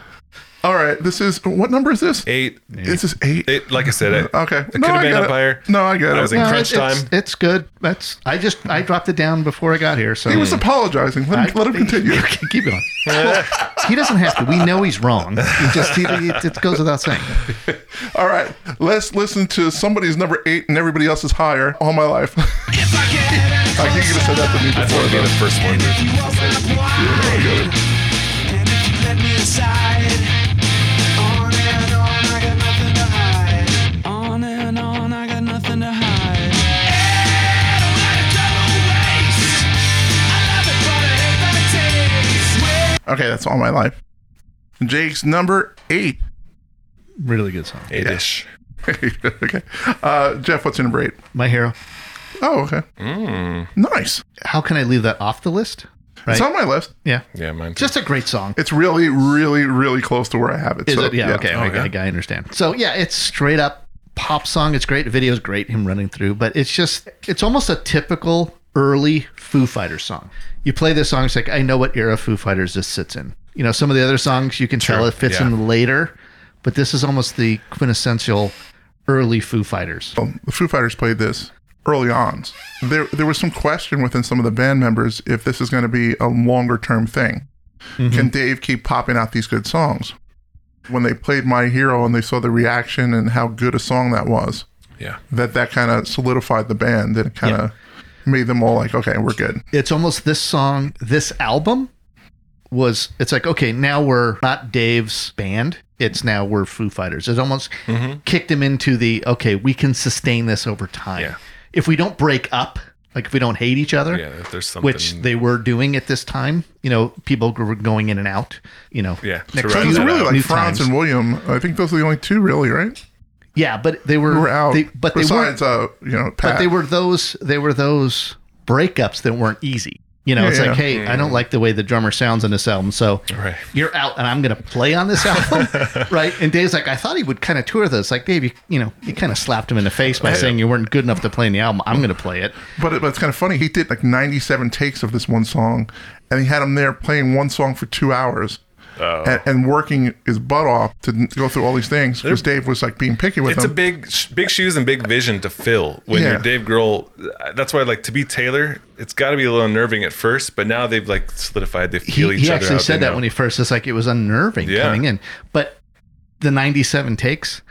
S1: All right, this is what number is this?
S2: Eight.
S1: This is eight.
S2: It, like I said, it,
S1: Okay.
S2: It could have been
S1: I
S2: up
S1: get it.
S2: higher.
S1: No, I get
S2: I
S1: it.
S2: was in crunch
S3: it's,
S2: time.
S3: it's good. That's I just I dropped it down before I got here, so
S1: he was apologizing. Let him, let him continue.
S3: keep going. Well, he doesn't have to. We know he's wrong. He just he, it, it goes without saying.
S1: All right, let's listen to somebody's number eight and everybody else is higher all my life. I think you could have said that to me
S2: That's
S1: before.
S2: going to be the
S1: though.
S2: first one.
S1: Okay, that's all my life. Jake's number eight.
S3: Really good song.
S2: Eight-ish.
S1: okay. Uh, Jeff, what's your number eight?
S3: My hero.
S1: Oh, okay.
S2: Hmm.
S1: Nice.
S3: How can I leave that off the list? Right.
S1: It's on my list.
S3: yeah.
S2: Yeah, mine. Just
S3: Just a great song.
S1: It's really, really, really close to where I have it.
S3: Is
S1: so,
S3: it? Yeah. Okay. I,
S2: yeah.
S3: I, I understand. So yeah, it's straight up pop song. It's great. The video's great. Him running through, but it's just it's almost a typical early Foo Fighters song. You play this song, it's like I know what era Foo Fighters this sits in. You know, some of the other songs you can tell it fits
S2: yeah.
S3: in later, but this is almost the quintessential early Foo Fighters.
S1: Well, the Oh, Foo Fighters played this early on. There, there was some question within some of the band members if this is going to be a longer term thing.
S3: Mm-hmm.
S1: Can Dave keep popping out these good songs? When they played My Hero and they saw the reaction and how good a song that was,
S2: yeah.
S1: that that kind of solidified the band and kind of made them all like, okay, we're good.
S3: It's almost this song, this album was it's like okay now we're not dave's band it's now we're foo fighters it almost
S2: Mm-hmm.
S3: kicked him into the okay we can sustain this over time
S2: Yeah.
S3: if we don't break up like if we don't hate each other
S2: Yeah. If there's something.
S3: which they were doing at this time you know people were going in and out you know
S2: Yeah, to
S3: next
S2: round
S1: It's
S2: it out.
S3: to each other,
S1: really like
S3: new
S1: Franz
S3: times.
S1: and William. I think those are the only two, really, right?
S3: yeah but they were,
S1: Who were out.
S3: they, but they weren't
S1: Besides, uh, you know, Pat.
S3: but they were those they were those breakups that weren't easy You know, it's
S1: yeah. Mm.
S3: like, hey, I don't like the way the drummer sounds on this album, so
S2: Right.
S3: you're out, and I'm going to play on this album, right? And Dave's like, I thought he would kind of tour this. Like, Dave, you, you know, you kind of slapped him in the face by saying you weren't good enough to play in the album. I'm going to play it.
S1: But, it- but it's kind of funny. He did like 97 takes of this one song, and he had him there playing one song for two hours.
S2: Oh.
S1: And, and working his butt off to n- go through all these things because Dave was like being picky with
S2: It's a
S1: him.
S2: big, sh- big shoes and big vision to fill when
S1: Yeah.
S2: you're Dave Grohl. That's why, like, to be Taylor, it's got to be a little unnerving at first, but now they've like solidified. They feel
S3: he,
S2: each
S3: he
S2: other.
S3: actually
S2: out,
S3: said
S2: they
S3: that
S2: know.
S3: when he first it's like it was unnerving
S2: Yeah.
S3: coming in but the 97 takes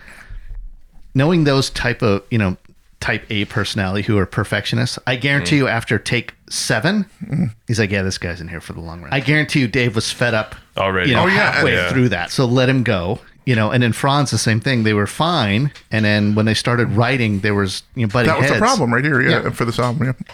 S3: knowing those type of you know type a personality who are perfectionists i
S2: Mm.
S3: guarantee you after take seven he's like yeah this guy's in here for the long run Mm. i guarantee you dave was fed up
S2: Already.
S3: you know,
S2: Oh,
S1: yeah.
S3: halfway
S2: Yeah.
S3: through that so let him go you know and in france the same thing they were fine and then when they started writing there was you know butting
S1: that was the
S3: heads.
S1: problem right here, yeah,
S3: Yeah.
S1: for this album. Yeah.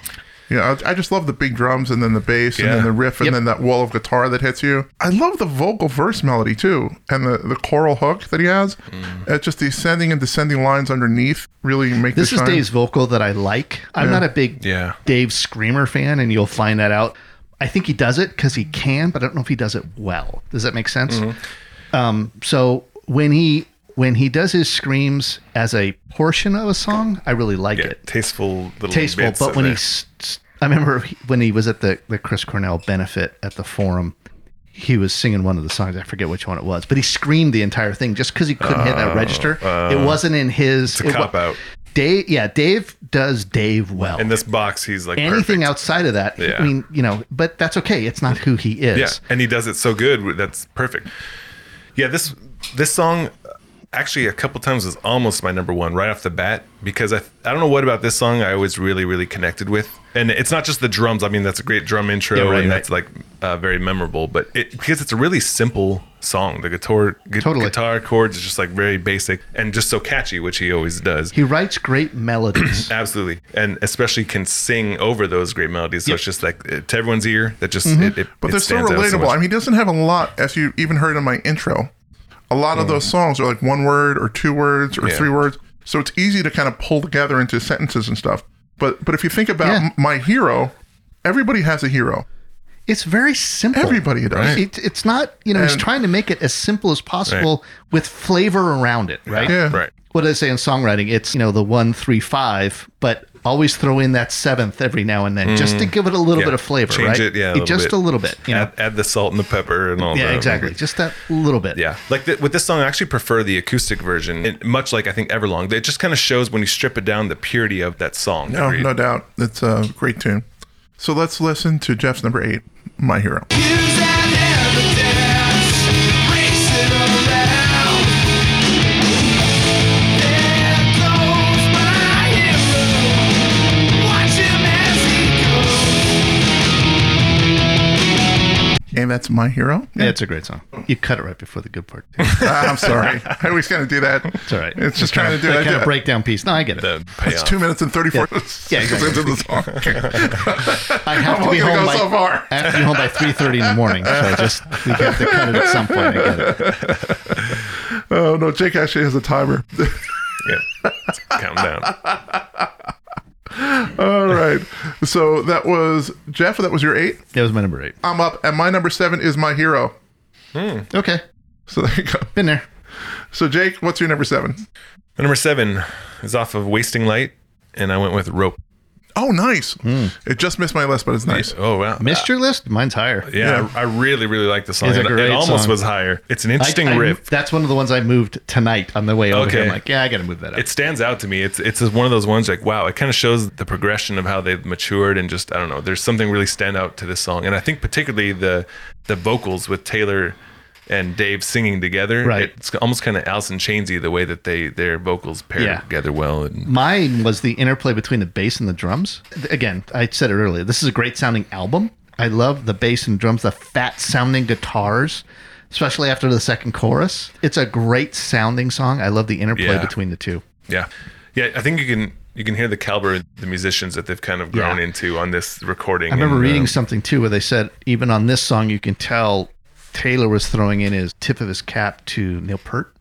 S1: Yeah, I, I just love the big drums and then the bass and
S2: Yeah.
S1: then the riff and
S3: Yep.
S1: then that wall of guitar that hits you. I love the vocal verse melody too and the, the choral hook that he has.
S2: Mm.
S1: It's just the ascending and descending lines underneath really make
S3: This is
S1: shine.
S3: Dave's vocal that I like. I'm not a big
S2: Yeah.
S3: Dave Screamer fan, and you'll find that out. I think he does it because he can, but I don't know if he does it well. Does that make sense?
S2: Mm-hmm.
S3: Um, so when he when he does his screams as a portion of a song, I really like
S2: yeah,
S3: it
S2: tasteful little
S3: tasteful.
S2: bits
S3: But
S2: in
S3: when
S2: there.
S3: he, s- s- I remember he- when he was at the the Chris Cornell benefit at the Forum, he was singing one of the songs. I forget which one it was, but he screamed the entire thing just because he couldn't hit that register. it wasn't in his.
S2: Oh, uh, a
S3: it wa-
S2: cop out.
S3: Dave, yeah, Dave does Dave well.
S2: in this box, he's like
S3: Anything
S2: perfect.
S3: outside of that,
S2: Yeah.
S3: I mean, you know, but that's okay. It's not who he is.
S2: Yeah, and he does it so good. That's perfect. Yeah, this this song actually a couple times was almost my number one right off the bat because I I don't know what about this song I was really really connected with, and it's not just the drums. I mean, that's a great drum intro,
S3: Yeah, right,
S2: and that's like uh, very memorable. But it because it's a really simple song, the guitar gu-
S3: Totally.
S2: guitar chords is just like very basic and just so catchy, which he always does.
S3: He writes great melodies.
S2: Absolutely, and especially can sing over those great melodies. So it's just like uh, to everyone's ear that just
S3: Mm-hmm.
S2: it, it,
S1: But
S2: it
S1: they're so
S2: stands out
S1: relatable.
S2: much.
S1: I mean, he doesn't have a lot, as you even heard in my intro. A lot of those songs are like one word or two words or
S2: Hmm. Yeah.
S1: three words, so it's easy to kind of pull together into sentences and stuff. But but if you think about
S3: Yeah.
S1: m- my hero, everybody has a hero.
S3: it's very simple.
S1: Everybody does.
S3: It, it's not, you know, he's
S1: And-
S3: trying to make it as simple as possible with flavor around it, right?
S1: Yeah.
S2: right.
S3: what do they say in songwriting? It's you know the one three five, but always throw in that seventh every now and then just to give it a
S2: Mm.
S3: little
S2: Yeah.
S3: bit of flavor,
S2: Change
S3: right?
S2: it, yeah, a
S3: You-
S2: little
S3: just
S2: bit.
S3: a little bit. You know?
S2: add, add the salt and the pepper and all that.
S3: yeah, exactly. Just that little bit.
S2: Yeah. Like th- with this song, I actually prefer the acoustic version, it, much like I think Everlong. It just kind of shows when you strip it down the purity of that song.
S1: No,
S2: Agreed.
S1: Oh, no doubt, it's a great tune. So let's listen to Jeff's number eight, my hero.
S4: Use that evidence, race it around. There goes my hero. Watch him as he goes.
S1: And that's my hero.
S3: Yeah, it's a great song. You cut it right before the good part. Too.
S1: Ah, I'm sorry. I always kind of do that.
S3: It's all right.
S1: It's just trying to do
S3: that
S1: it. I
S3: kind
S1: do
S3: of
S1: it.
S3: breakdown piece. No, I get it.
S2: The
S1: It's
S2: payoff.
S1: two minutes and thirty-four
S3: Yeah. Yeah,
S1: seconds into the song.
S3: I have
S1: I'm
S3: to be
S1: only gonna go
S3: home by
S1: so far.
S3: I have to be home by three thirty in the morning. So I just we have to cut it at some point. I get it.
S1: oh no, Jake actually has a timer.
S2: yeah. It's countdown.
S1: All right. So that was Jeff. That was your eight.
S3: That was my number eight.
S1: I'm up, and my number seven is my hero.
S3: Okay,
S1: So there you go.
S3: been there.
S1: So Jake, what's your number seven?
S2: My Number seven is off of Wasting Light, and I went with Rope.
S1: Oh, nice. It just missed my list, but it's nice.
S2: Oh, wow.
S3: Missed your list? Mine's higher.
S2: yeah, I I really, really like the song.
S3: It's a
S2: It- it
S3: great
S2: almost
S3: song.
S2: was higher. It's an
S3: I-
S2: interesting
S3: I-
S2: riff.
S3: That's one of the ones I moved tonight on the way over here.
S2: Okay.
S3: I'm like, yeah, I got to move that up.
S2: it stands out to me. It's it's just one of those ones like wow, it kind of shows the progression of how they've matured and just I don't know. There's something really stand out to this song, and I think particularly the the vocals with Taylor and Dave singing together.
S3: Right.
S2: it's almost kind of Alice in Chainsy the way that they their vocals pair
S3: Yeah.
S2: together well. And
S3: Mine was the interplay between the bass and the drums. Again, I said it earlier. This is a great sounding album. I love the bass and drums, the fat sounding guitars, especially after the second chorus. It's a great sounding song. I love the interplay
S2: Yeah.
S3: between the two.
S2: yeah, yeah, I think you can you can hear the caliber of the musicians that they've kind of grown
S3: Yeah.
S2: into on this recording.
S3: I remember
S2: and,
S3: reading
S2: um,
S3: something too where they said even on this song you can tell Taylor was throwing in his tip of his cap to Neil Peart.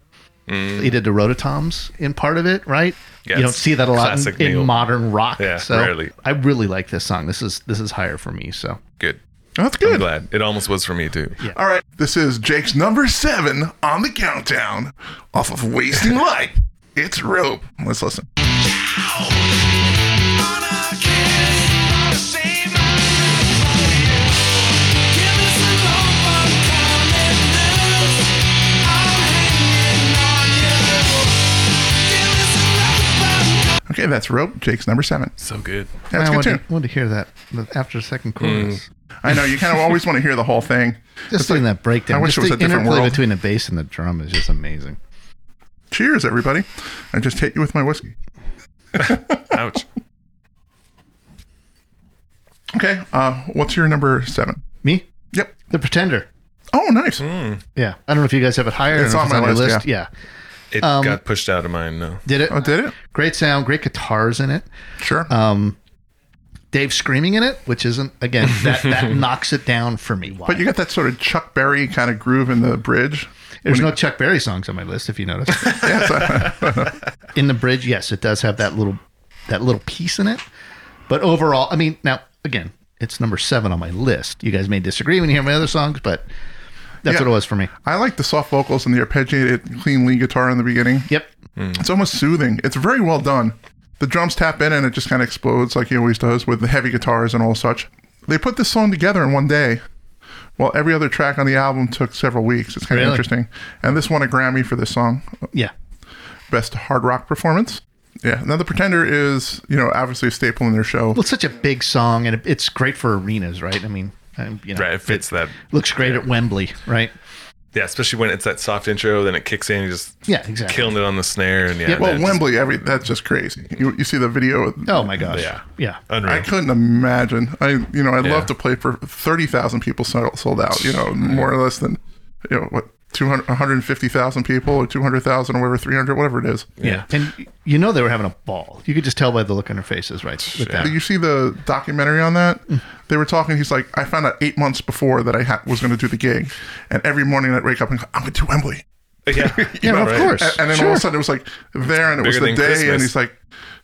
S2: Mm.
S3: He did the Rototoms in part of it, right?
S2: Yeah,
S3: you don't
S2: it's
S3: see that a lot in,
S2: classic
S3: in
S2: Neil.
S3: modern rock.
S2: Yeah,
S3: so
S2: rarely.
S3: I really like this song. This is this is higher for me. So
S2: Good.
S1: That's
S2: I'm
S1: good.
S2: glad. It almost was for me too.
S1: All right. This is Jake's number seven on the countdown off of Wasting Light. It's Rope. Let's listen. Okay, that's Rope, Jake's number seven.
S2: So good.
S1: That's
S3: I
S1: good
S3: wanted
S1: too.
S3: to, wanted to hear that after the second chorus.
S1: I know, you kind of always want to hear the whole thing.
S3: Just doing that breakdown.
S1: I wish
S3: just
S1: it was
S3: the
S1: a different
S3: interplay
S1: world.
S3: between the bass and the drum is just amazing.
S1: Cheers, everybody. I just hit you with my whiskey.
S2: Ouch.
S1: Okay, uh, what's your number seven?
S3: Me,
S1: Yep.
S3: The Pretender.
S1: Oh, nice.
S3: Yeah, I don't know if you guys have it higher.
S1: It's
S3: or if
S1: on my
S3: your
S1: list,
S3: Yeah.
S2: It
S3: Um,
S2: got pushed out of mine. No.
S3: did it?
S1: Oh, did it?
S3: Great sound, great guitars in it.
S1: Sure.
S3: Um, Dave screaming in it, which isn't again that that knocks it down for me.
S1: but you got that sort of Chuck Berry kind of groove in the bridge.
S3: There's no Chuck Berry songs on my list, if you notice. in the bridge, yes, it does have that little that little piece in it. But overall, I mean, now again, it's number seven on my list. You guys may disagree when you hear my other songs, but that's
S1: Yeah.
S3: what it was for me.
S1: I like the soft vocals and the arpeggiated clean lead guitar in the beginning.
S3: Yep.
S1: It's almost soothing. It's very well done. The drums tap in and it just kind of explodes like he always does with the heavy guitars and all such. They put this song together in one day, while every other track on the album took several weeks. It's kind of
S3: Really?
S1: interesting. And this won a Grammy for this song,
S3: Yeah.
S1: Best Hard Rock Performance. Yeah. Now, The Pretender is, you know, obviously a staple in their show.
S3: Well, it's such a big song, and it- it's great for arenas, right? I mean, um, you know,
S2: Right. It fits that.
S3: looks great at Wembley, right?
S2: Yeah. Especially when it's that soft intro, then it kicks in. You just
S3: Yeah, exactly.
S2: killing it on the snare and yeah.
S3: Yeah,
S1: Well,
S2: then it's
S1: Oh, Wembley, every that's just crazy. You, you see the video.
S3: Oh my gosh.
S2: Yeah.
S3: Yeah.
S2: unreal.
S1: I couldn't imagine. I you know I'd
S2: Yeah.
S1: love to play for thirty thousand people sold, sold out. You know more or less than you know what 200, 150,000 people or two hundred thousand or whatever three hundred whatever it is.
S3: Yeah. And you know they were having a ball. You could just tell by the look on their faces, right? With that.
S1: Did you see the documentary on that? They were talking. He's like, I found out eight months before that I ha- was going to do the gig, and every morning I'd wake up and go, I'm going to do Wembley.
S2: yeah.
S3: Yeah, of course.
S1: And, and then all
S3: Sure.
S1: of a sudden it was like there, and it was
S2: Bigger
S1: the day,
S2: than
S1: and
S2: Christmas.
S1: he's like,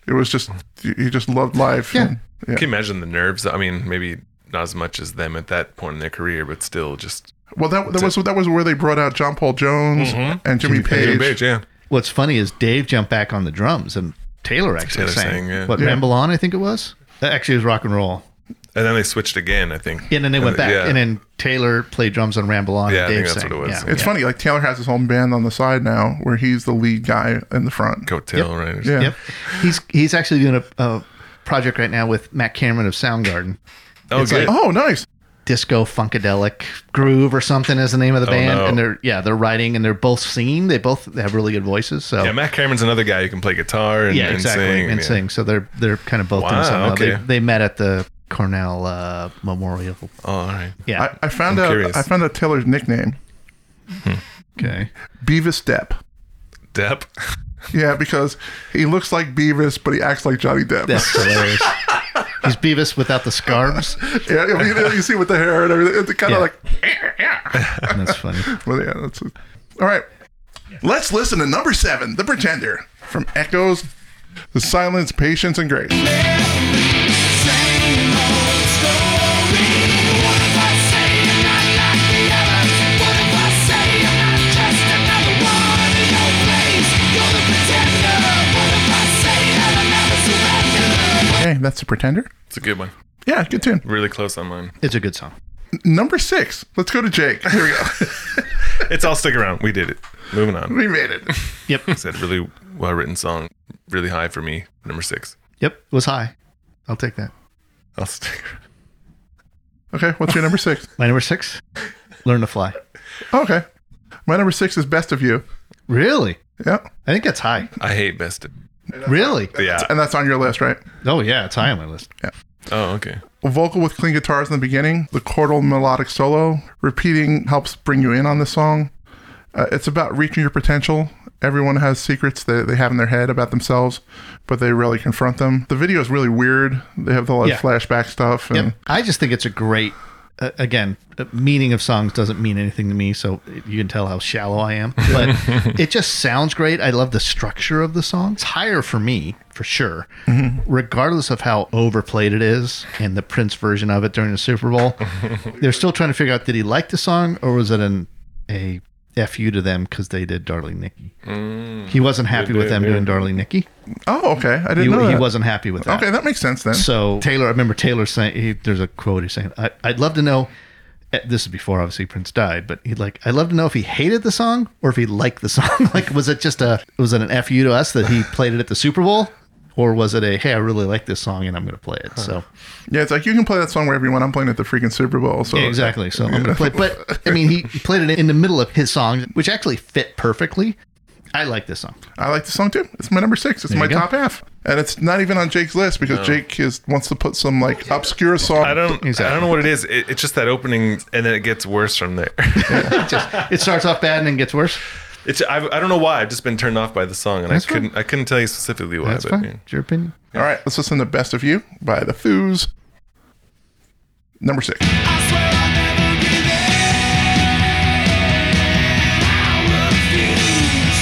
S1: it was just he he just loved life.
S3: Yeah.
S1: And- yeah.
S2: Can you imagine the nerves? I mean, maybe not as much as them at that point in their career, but still just
S1: Well, that, that was that was where they brought out John Paul Jones and Jimmy,
S2: Jimmy
S1: Page.
S2: Page, yeah.
S3: What's funny is Dave jumped back on the drums and Taylor actually
S2: Taylor
S3: sang.
S2: sang, yeah.
S3: What,
S1: Yeah.
S3: Ramble On, I think it was? That actually was rock and roll.
S2: And then they switched again, I think.
S3: And then they went back.
S2: Yeah.
S3: And then Taylor played drums on Ramble On.
S2: Yeah, I
S3: and Dave
S2: think that's
S3: sang.
S2: what it was.
S3: Yeah.
S1: It's funny. Like Taylor has his own band on the side now, where he's the lead guy in the front.
S2: Coattail Riders.
S1: Yeah.
S3: Yep. He's, he's actually doing a, a project right now with Matt Cameron of Soundgarden.
S2: Oh, good.
S1: Oh, nice.
S3: Disco Funkadelic Groove or something is the name of the band.
S2: Oh, no.
S3: And they're, yeah, they're writing and they're both singing. They both have really good voices. So,
S2: yeah, Matt Cameron's another guy who can play guitar and,
S3: oh. yeah,
S2: and
S3: exactly,
S2: sing.
S3: and
S2: yeah.
S3: sing. So they're they're kind of both
S2: Wow,
S3: doing something.
S2: okay.
S3: They, they met at the Cornell uh, Memorial.
S2: Oh, all right.
S3: Yeah.
S1: I, I found
S2: I'm
S1: out.
S2: curious.
S1: I found out Taylor's nickname,
S3: okay.
S1: Beavis Depp.
S2: Depp.
S1: Yeah, because he looks like Beavis, but he acts like Johnny Depp.
S3: That's hilarious. He's Beavis without the scarves.
S1: Yeah, I mean, you, see with the hair and everything. It's kind
S3: Yeah.
S1: of like, "Eh, yeah.
S3: That's funny.
S1: Well, yeah, that's it. all right. Let's listen to number seven, "The Pretender" from Echoes, "The Silence, Patience, and Grace." Okay, that's "The Pretender."
S2: It's a good one.
S1: Yeah, good tune.
S2: Really close on mine.
S3: It's a good song.
S1: Number six. Let's go to Jake. Here we go.
S2: It's all stick around. We did it. Moving on.
S1: we made it.
S3: Yep.
S2: It's that really well written song. Really high for me. Number six.
S3: Yep. It was high. I'll take that.
S2: I'll stick around.
S1: Okay, what's your number six?
S3: My number six, Learn to Fly.
S1: Okay. My number six is Best of You.
S3: Really?
S1: Yeah.
S3: I think that's high.
S2: I hate Best.
S3: Really?
S2: Yeah.
S1: And that's on your list, right?
S3: Oh, yeah. It's high on my list.
S2: Oh, okay.
S1: Vocal with clean guitars in the beginning, the chordal melodic solo, repeating helps bring you in on the song. Uh, it's about reaching your potential. Everyone has secrets that they have in their head about themselves, but they really confront them. The video is really weird. They have the like
S3: Yeah.
S1: flashback stuff, and
S3: Yep. I just think it's a great uh, again, the meaning of songs doesn't mean anything to me, so you can tell how shallow I am. But it just sounds great. I love the structure of the songs. Higher for me, for sure, regardless of how overplayed it is and the Prince version of it during the Super Bowl. they're still trying to figure out did he like the song or was it an a fu to them because they did Darling Nikki. he wasn't happy with them doing Darling Nikki.
S1: Oh, okay. I
S3: He,
S1: didn't know
S3: he
S1: that.
S3: wasn't happy with that.
S1: Okay, that makes sense then.
S3: So Taylor, I remember Taylor saying, he, "There's a quote he's saying, I, I'd love to know." eh, This is before obviously Prince died, but he'd like, I'd love to know if he hated the song or if he liked the song. like, was it just a, was it an fu to us that he played it at the Super Bowl, or was it a, hey, I really like this song and I'm going to play it. So
S1: yeah, it's like you can play that song wherever you want. I'm playing at the freaking Super Bowl. So
S3: Yeah, exactly. So I'm gonna play. But I mean, he played it in the middle of his song, which actually fit perfectly. I like this song.
S1: I like the song too. It's my number six. It's my
S3: you go.
S1: top half, and it's not even on Jake's list because Jake is wants to put some like obscure song.
S2: I don't. I
S3: Exactly.
S2: don't know what it is. It, it's just that opening, and then it gets worse from there.
S3: It just it starts off bad and then gets worse.
S2: it's. I, I don't know why. I've just been turned off by the song, and
S3: That's
S2: I couldn't. I couldn't tell you specifically why.
S3: That's
S2: but,
S3: fine.
S2: yeah.
S3: It's your opinion.
S1: All right, let's listen to "Best of You" by the Foos. Number six.
S4: I swear I'll never give in. I refuse.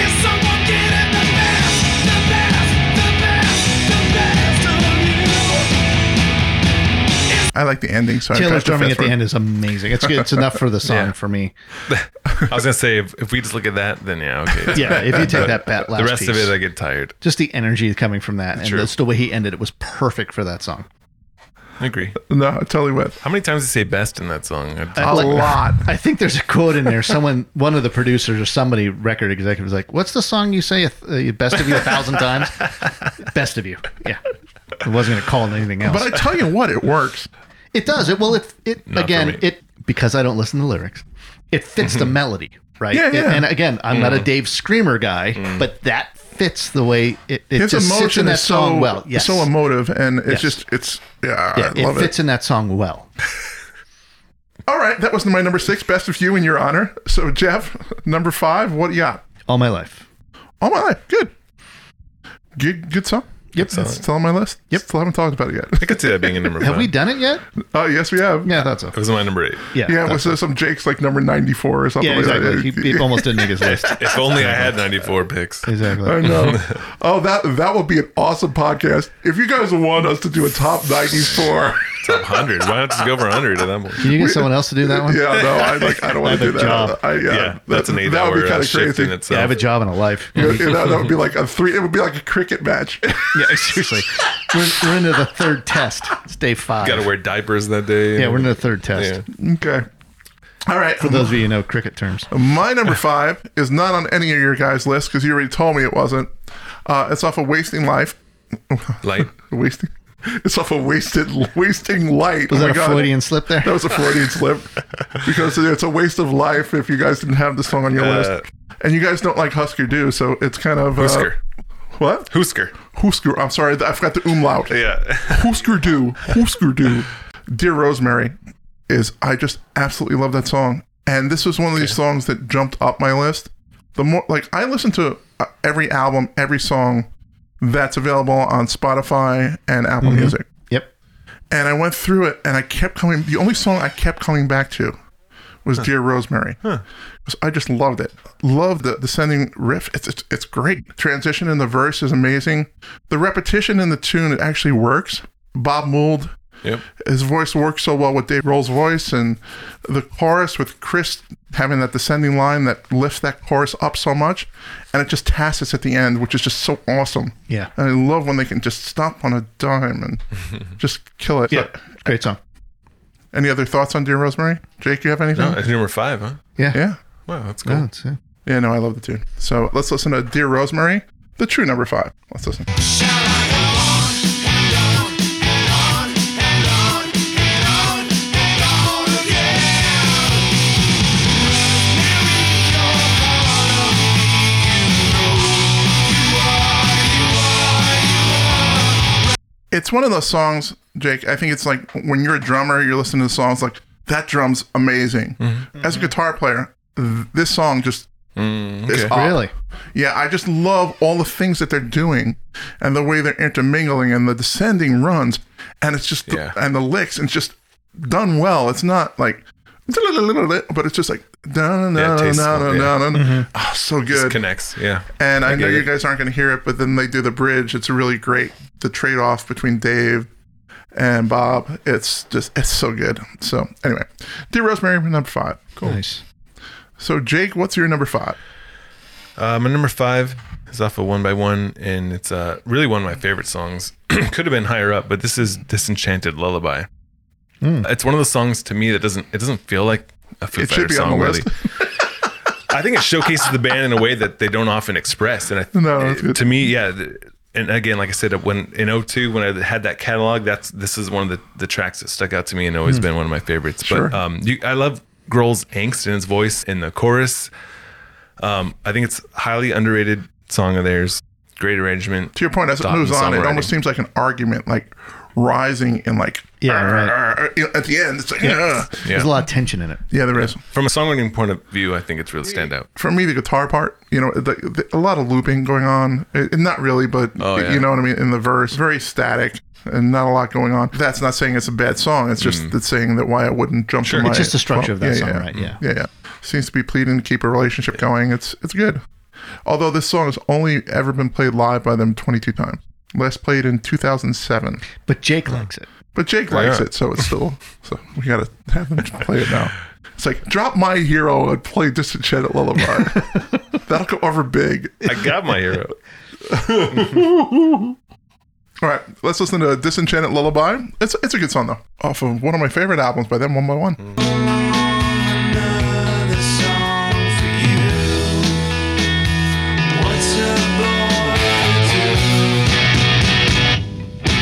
S4: If someone getting the best, the best, the best, the best of
S1: I
S4: you.
S1: like the ending. So I
S3: Taylor's
S1: tried to
S3: drumming
S1: fast
S3: at the
S1: forward.
S3: end is amazing. It's good. It's enough for the song for me.
S2: I was gonna say if, if we just look at that, then yeah, okay.
S3: Yeah, if you take that bat last
S2: the rest of
S3: piece.
S2: it, I get tired.
S3: just the energy coming from that, and
S2: True.
S3: just the way he ended it was perfect for that song.
S2: I agree.
S1: No, I totally with.
S2: How many times do you say best in that song?
S3: Uh,
S2: I-
S1: A
S3: Like-
S1: lot.
S3: I think there's a quote in there. Someone, one of the producers or somebody, record executive, was like, "What's the song you say a th- uh, best of you a thousand times? best of you." Yeah, it wasn't going to call it anything else.
S1: But I tell you what, it works.
S3: It does. It well. It it
S2: Not for
S3: again.
S2: me.
S3: It because I don't listen to lyrics. It fits the melody, right?
S1: Mm-hmm. Yeah,
S3: It-
S1: yeah. Mm.
S3: and again, I'm not a Dave Screamer guy, but that fits the way it, it
S1: His
S3: just sits
S1: emotion
S3: in that
S1: is
S3: song
S1: so
S3: well. Yes,
S1: so emotive, and it's
S3: Yes.
S1: just it's yeah,
S3: Yeah,
S1: I love
S3: it
S1: it.
S3: fits in that song well.
S1: All right, that was my number six. Best of you in your honor. So Jeff, number five. What do you got?
S3: All my life.
S1: All my life. Good. Good. Good song.
S3: Yep.
S1: It's still on my list. Yep. Still haven't talked about it yet.
S2: I could see that being a number five.
S3: Have we done it yet?
S1: Oh yes, we have.
S3: Yeah, I thought so.
S2: It was my number eight.
S3: Yeah,
S1: Yeah,
S3: I
S1: it
S3: thought
S1: was
S3: so.
S1: uh, some Jake's like number ninety four or something.
S3: yeah,
S1: like
S3: exactly.
S1: That.
S3: He, he almost didn't make his list.
S2: If only I had 94 picks.
S1: I
S3: Exactly.
S1: know. oh, that that would be an awesome podcast if you guys want us to do a top ninety four.
S2: Top 100. Why not just go for 100 at that point?
S3: Can you get someone else to do that one?
S1: yeah, no, I like. I don't want
S3: have
S1: to
S3: a
S1: do that.
S3: job.
S1: I, yeah,
S2: Yeah, that's an
S1: that-
S2: eight
S1: That would
S2: hour
S1: be
S2: uh,
S1: kind of
S2: shift in
S1: crazy.
S2: itself.
S3: Yeah, I have a job and a life. yeah,
S1: You know, that would be like a three. It would be like a cricket match.
S3: seriously. We're, we're into the third test. It's day five.
S2: Got to wear diapers that day.
S3: yeah, we're into the third test.
S2: Yeah.
S1: okay. All right.
S3: For those of you who know cricket terms.
S1: My number five is not on any of your guys' list because you already told me it wasn't. Uh, it's off of Wasting Life.
S2: Light.
S1: Wasting. It's off of Wasted Wasting Light.
S3: Was
S1: Oh my
S3: that a
S1: God.
S3: Freudian slip there?
S1: That was a Freudian slip because it's a waste of life if you guys didn't have this song on your
S2: Uh,
S1: list. And you guys don't like Husker Du, so it's kind of uh,
S2: Husker.
S1: What
S2: Husker.
S1: Husker? I'm sorry, I forgot the umlaut.
S2: Yeah.
S1: Husker Du, Husker Du. Dear Rosemary is I just absolutely love that song. And this was one of these songs that jumped up my list. The more like I listen to uh, every album, every song that's available on Spotify and Apple
S3: Mm-hmm.
S1: Music.
S3: Yep.
S1: And I went through it and I kept coming the only song I kept coming back to was Dear Rosemary. 'Cause I just loved it. Loved the descending riff. It's, it's it's great. Transition in the verse is amazing. The repetition in the tune it actually works. Bob Mould
S2: Yep.
S1: his voice works so well with Dave Grohl's voice and the chorus with Chris having that descending line that lifts that chorus up so much and it just Tassis at the end which is just so awesome
S3: Yeah.
S1: and I love when they can just stop on a dime and just kill it Uh,
S3: Yeah. Great song.
S1: any other thoughts on Dear Rosemary Jake you have anything
S2: No, it's number five, huh?
S3: Yeah.
S1: yeah
S2: Wow, that's cool.
S3: No, it's, yeah.
S1: yeah no I love the tune so let's listen to Dear Rosemary the true number five let's listen
S4: Shall I go on and on and on and on and on and on again? Mary, you're gonna, you know you are, you are, you are.
S1: it's one of those songs, Jake. I think it's like when you're a drummer, you're listening to songs like that drum's amazing.
S2: Mm-hmm.
S1: As a guitar player, th- this song just
S2: Mm,
S1: is
S2: okay.
S1: up.
S3: Really?
S1: Yeah, I just love all the things that they're doing and the way they're intermingling and the descending runs and it's just
S2: Yeah.
S1: and the licks and it's just done well. It's not like, but it's just like, no,
S2: Yeah,
S1: no, no,
S2: tasteful,
S1: no,
S2: yeah.
S1: no, no. Oh, so
S2: Just
S1: good.
S2: connects. Yeah.
S1: And I, know
S2: get
S1: you
S2: it.
S1: guys aren't going to hear it, but then they do the bridge. It's really great. The trade off between Dave and Bob. It's just, it's so good. So, anyway, Dear Rosemary, number five. Cool.
S3: Nice.
S1: So, Jake, what's your number five?
S2: Uh, my number five is off of One by One, and it's uh, really one of my favorite songs. Could have been higher up, but this is Disenchanted Lullaby. It's one of those songs to me that doesn't it doesn't feel like a Foo
S1: Hmm. It should
S2: Fighters
S1: be on
S2: song
S1: the
S2: really.
S1: list.
S2: I think it showcases the band in a way that they don't often express, and I,
S1: No, that's good.
S2: to me, yeah. th- And again, like I said, when in 02, when I had that catalog, that's this is one of the, the tracks that stuck out to me and always been one of my favorites.
S1: Hmm. Sure.
S2: But um, you, I love Grohl's angst in his voice in the chorus. Um, I think it's highly underrated song of theirs. Great arrangement.
S1: to your point, as it
S2: Thought
S1: moves
S2: and
S1: on, it
S2: songwriting.
S1: almost seems like an argument, like rising and like
S3: Yeah, right.
S1: "Arr," you know, at the end. It's like yeah,
S2: Yeah.
S3: There's a lot of tension in it.
S1: yeah, there is.
S2: From a songwriting point of view, I think it's really stand out.
S1: For me, the guitar part, you know, the, the, a lot of looping going on. It, not really, but
S2: Oh, yeah.
S1: you know what I mean. In the verse, very static and not a lot going on. That's not saying it's a bad song. It's
S2: Mm.
S1: just that saying that why I wouldn't jump. to my,
S3: It's just the structure of that
S1: yeah,
S3: song,
S1: yeah. Mm-hmm.
S3: right? Yeah.
S1: Yeah, yeah. Seems to be pleading to keep a relationship going. It's it's good. Although this song has only ever been played live by them 22 times. Last played in 2007.
S3: But Jake likes it.
S1: But Jake likes
S2: Yeah.
S1: it, so it's still so we gotta have him play it now. It's like drop my hero and play Disenchanted Lullaby. That'll go over big.
S2: I got my hero.
S1: All right, let's listen to Disenchanted Lullaby. It's it's a good song though, off of one of my favorite albums by them, One by One.
S4: Another song for you. What's a boy to do?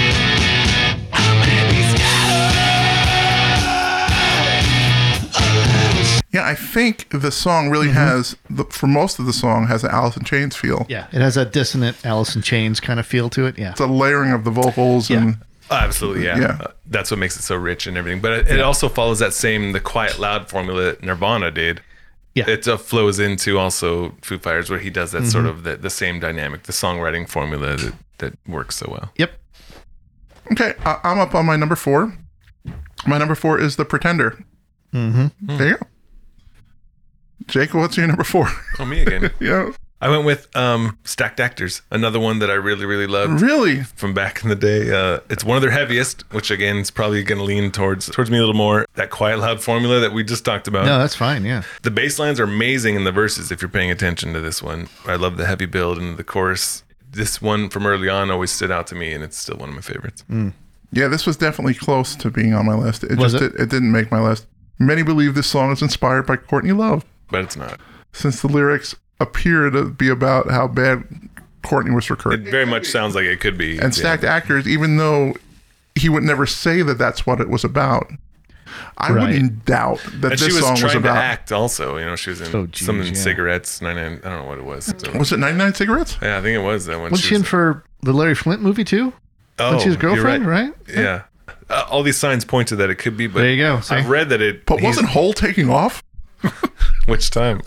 S4: I'm gonna be scattered. A little
S1: Yeah, I think the song really has the, for most of the song has an Alice in Chains feel.
S3: Yeah. It has a dissonant Alice in Chains kind of feel to it. Yeah.
S1: It's a layering of the vocals and
S2: Absolutely, yeah.
S1: Yeah.
S2: Uh, That's what makes it so rich and everything. But it, it also follows that same the quiet loud formula that Nirvana did.
S3: Yeah.
S2: it uh, flows into also Foo Fighters where he does that sort of the, the same dynamic, the songwriting formula that, that works so well.
S3: Yep.
S1: Okay, I- I'm up on my number four. My number four is the Pretender. Mm-hmm. There you go. Jake, what's your number four?
S2: Oh, me again.
S1: yeah,
S2: I went with um, Stacked Actors, another one that I really really loved
S1: really.
S2: from back in the day. Uh, it's one of their heaviest, which again is probably going to lean towards towards me a little more. That quiet loud formula that we just talked about.
S3: No, that's fine. Yeah.
S2: The bass lines are amazing in the verses if you're paying attention to this one. I love the heavy build and the chorus. This one from early on always stood out to me, and it's still one of my favorites.
S1: Yeah, this was definitely close to being on my list. It
S3: Was
S1: just
S3: it?
S1: Did, it didn't make my list. Many believe this song is inspired by Courtney Love,
S2: But it's not.
S1: since the lyrics appear to be about how bad Courtney was for
S2: It
S1: Kurt.
S2: very much sounds like it could be.
S1: and
S2: yeah.
S1: stacked actors, even though he would never say that that's what it was about, I
S3: Right.
S1: wouldn't doubt that this
S2: And she was
S1: song
S2: trying
S1: was about.
S2: to act also. You know, she was in
S3: Oh, geez,
S2: something
S3: yeah.
S2: cigarettes. Nine, nine, I don't know what it was. So-
S1: Was it 99 cigarettes?
S2: yeah, I think it was that one.
S3: Wasn't she in for the Larry Flint movie too?
S2: oh,
S3: Wasn't she his
S2: you're
S3: girlfriend, right?
S2: Yeah. Uh, all these signs point to that it could be, but
S3: There you go. See?
S2: I've read that it.
S1: But
S2: he's-
S1: wasn't Hole taking off?
S2: which time?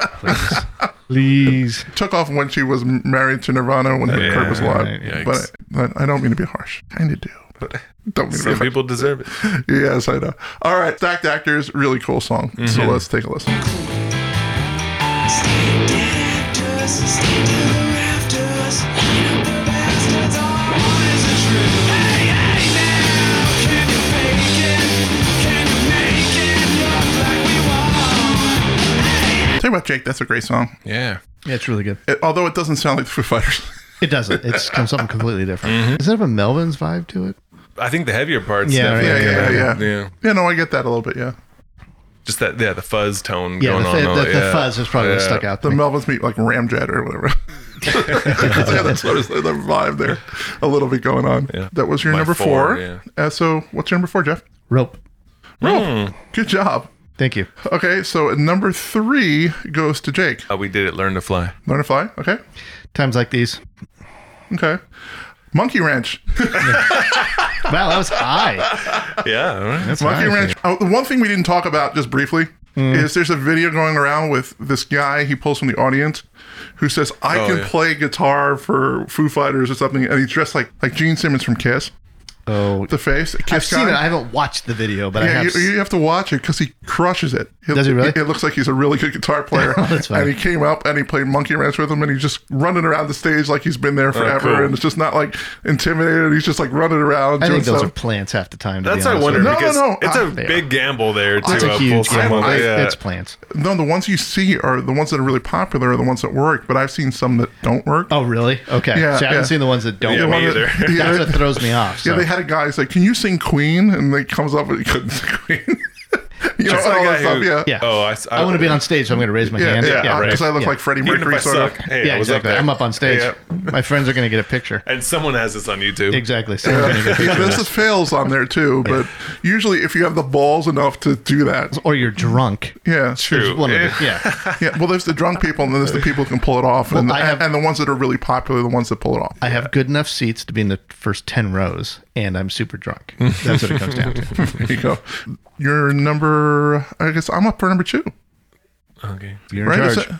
S3: Please.
S1: Took off when she was m- married to Nirvana when her
S2: Yeah,
S1: Kurt was alive.
S3: right,
S2: yikes.
S1: but, but I don't mean to be harsh. Kind of do. But don't mean to be
S2: Some
S1: harsh.
S2: people deserve it.
S1: Yes, I know. All right, Stacked Actors, really cool song. So
S2: Mm-hmm.
S1: let's take a listen. Tell you what, Jake, that's a great song.
S2: Yeah.
S3: Yeah, it's really good.
S1: It- although it doesn't sound like the Foo Fighters.
S3: It doesn't. It's com- something completely different.
S2: Mm-hmm.
S3: Does it have a Melvin's vibe to it?
S2: I think the heavier parts.
S3: Yeah, right,
S2: definitely
S1: yeah,
S2: kinda-
S1: yeah, yeah.
S2: yeah.
S1: you know, I get that a little bit, yeah.
S2: just that yeah the fuzz tone
S3: Yeah,
S2: going
S3: the,
S2: on
S3: the,
S2: all-
S3: the, the
S2: yeah.
S3: fuzz is probably what
S2: Yeah.
S3: stuck out. To
S1: The
S3: me.
S1: Melvins meet like Ramjet or whatever. yeah, that's what I was- the vibe there. A little bit going on.
S2: Yeah.
S1: That was your
S2: My
S1: number
S2: four,
S1: four.
S2: yeah.
S1: Uh, so what's your number four, Jeff?
S3: Rope.
S1: Roll. Good job.
S3: Thank you.
S1: Okay, so number three goes to Jake.
S2: Uh, we did it learn to fly
S1: Learn to fly. Okay.
S3: Times like these.
S1: Okay. Monkey Ranch.
S3: Wow, that was high.
S2: yeah all right.
S3: That's
S1: Monkey
S3: high.
S1: Ranch. Oh, the one thing we didn't talk about just briefly
S3: Mm.
S1: is there's a video going around with this guy he pulls from the audience who says, I
S2: Oh,
S1: can
S2: yeah.
S1: play guitar for Foo Fighters or something. And he's dressed like, like Gene Simmons from Kiss.
S3: Oh,
S1: The face. Kiss
S3: I've seen
S1: Guy?
S3: it. I haven't watched the video, but I
S1: Yeah,
S3: have.
S1: you, you have to watch it because he crushes it.
S3: Does he really? Oh,
S1: It looks like he's a really good guitar player.
S3: That's fine.
S1: And he came up and he played Monkey Ranch with him, and he's just running around the stage like he's been
S3: Oh,
S1: there forever,
S2: cool.
S1: and it's just not like intimidated. He's just like running around.
S3: I
S1: doing
S3: think those are
S1: stuff.
S3: plants half the time. To
S2: That's what
S3: be
S2: I
S3: honest
S2: wonder
S3: with
S1: No, no,
S2: because
S1: no, Ah,
S2: it's
S1: I-
S2: a
S3: they
S2: big gamble there
S3: you. It's
S2: to
S3: a
S2: uh, pull
S3: huge.
S2: someone.
S1: gamble.
S2: like
S1: I-
S2: that.
S3: It's plants.
S1: no, the ones you see are the ones that are really popular, are the ones that work. But I've seen some that don't work.
S3: Oh, really? Okay.
S1: Yeah,
S3: so I
S1: yeah.
S3: haven't seen the ones that don't.
S2: Yeah,
S1: The
S3: work.
S1: one
S2: me
S1: that-
S2: either.
S1: yeah,
S3: That's what throws me off.
S1: Yeah,
S3: so.
S1: they had a guy. He's like, "Can you sing Queen?" And they comes up and he couldn't sing Queen. you know,
S2: Just that
S1: all
S2: guy
S1: that stuff.
S2: who-
S1: yeah,
S3: yeah.
S2: Oh, I s- I-
S3: I, want to be on stage, so I'm going to raise my
S1: yeah,
S3: hand.
S1: yeah.
S2: right.
S1: Because I look
S3: Yeah.
S1: like Freddie
S2: Even if
S1: Mercury.
S2: I
S1: sort
S2: suck,
S1: of.
S2: hey,
S3: yeah,
S2: I was
S3: exactly.
S2: up there.
S3: I'm up on stage.
S2: Yeah.
S3: My friends are going to get a picture.
S2: and someone has this on YouTube.
S3: Exactly. Someone's gonna get a
S1: yeah,
S3: picture of
S1: this
S3: this.
S1: is fails on there too, but usually if you have the balls enough to do that,
S3: Or you're drunk.
S1: yeah,
S2: True.
S3: One of
S2: Yeah.
S3: the, yeah.
S1: yeah. Well, there's the drunk people, and then there's the people who can pull it off, and,
S3: I have-
S1: and the ones that are really popular, are the ones that pull it off.
S3: I have good enough seats to be in the first 10 rows, and I'm super drunk. That's what it comes down to.
S1: There you go. Your number, I guess I'm up for number two,
S2: Okay.
S3: You're in
S1: right? Is
S3: charge.
S1: it-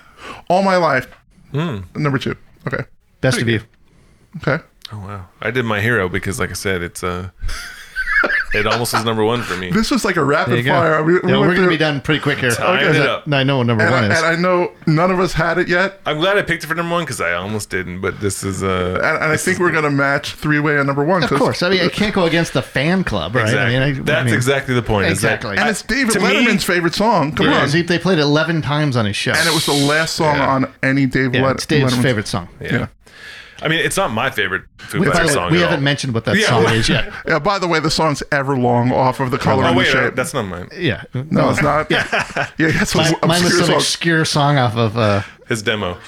S1: all my life,
S2: Hmm.
S1: number two. Okay,
S3: Best of you.
S1: okay.
S2: Oh wow. I did my hero because, like I said, it's uh, it almost was number one for me.
S1: This was like a
S3: There you
S1: rapid
S3: go.
S1: fire. We- we
S3: yeah,
S1: went
S3: we're going
S1: through-
S3: to be done pretty quick here.
S2: Time
S1: Okay.
S2: it up.
S3: No, I know what number
S1: And I,
S3: one is.
S1: and I know none of us had it yet,
S2: I'm glad I picked it for number one because I almost didn't, but this is uh,
S1: and, and I think we're gonna match three way on number one.
S3: of course. I mean, I can't go against the fan club, right?
S2: exactly.
S3: I mean, I,
S2: that's
S3: I mean,
S2: exactly the point. is that-
S3: Exactly.
S1: and it's David
S2: to me-
S1: Letterman's favorite song. Come
S3: Yeah,
S1: on,
S3: see, they played it 11 times on his show.
S1: and it was the last song
S2: Yeah.
S1: on any Dave
S3: yeah,
S1: Let-
S3: it's Dave's
S1: Letterman's-
S3: favorite song.
S2: yeah. I mean, it's not my favorite Foo
S3: We, by
S2: Fighters
S3: the way,
S2: song.
S3: we
S2: at all.
S3: haven't mentioned what that
S2: Yeah,
S3: song
S2: well-
S3: is yet.
S1: Yeah, by the way, the song's Everlong off of The Color
S2: Oh
S1: and the
S2: wait, uh,
S1: Shape.
S2: that's not mine.
S3: Yeah.
S1: no, it's not. Yeah, yeah that's
S3: Mine,
S1: an
S3: mine was
S1: obscure
S3: some
S1: song.
S3: obscure song off of. Uh,
S2: his demo.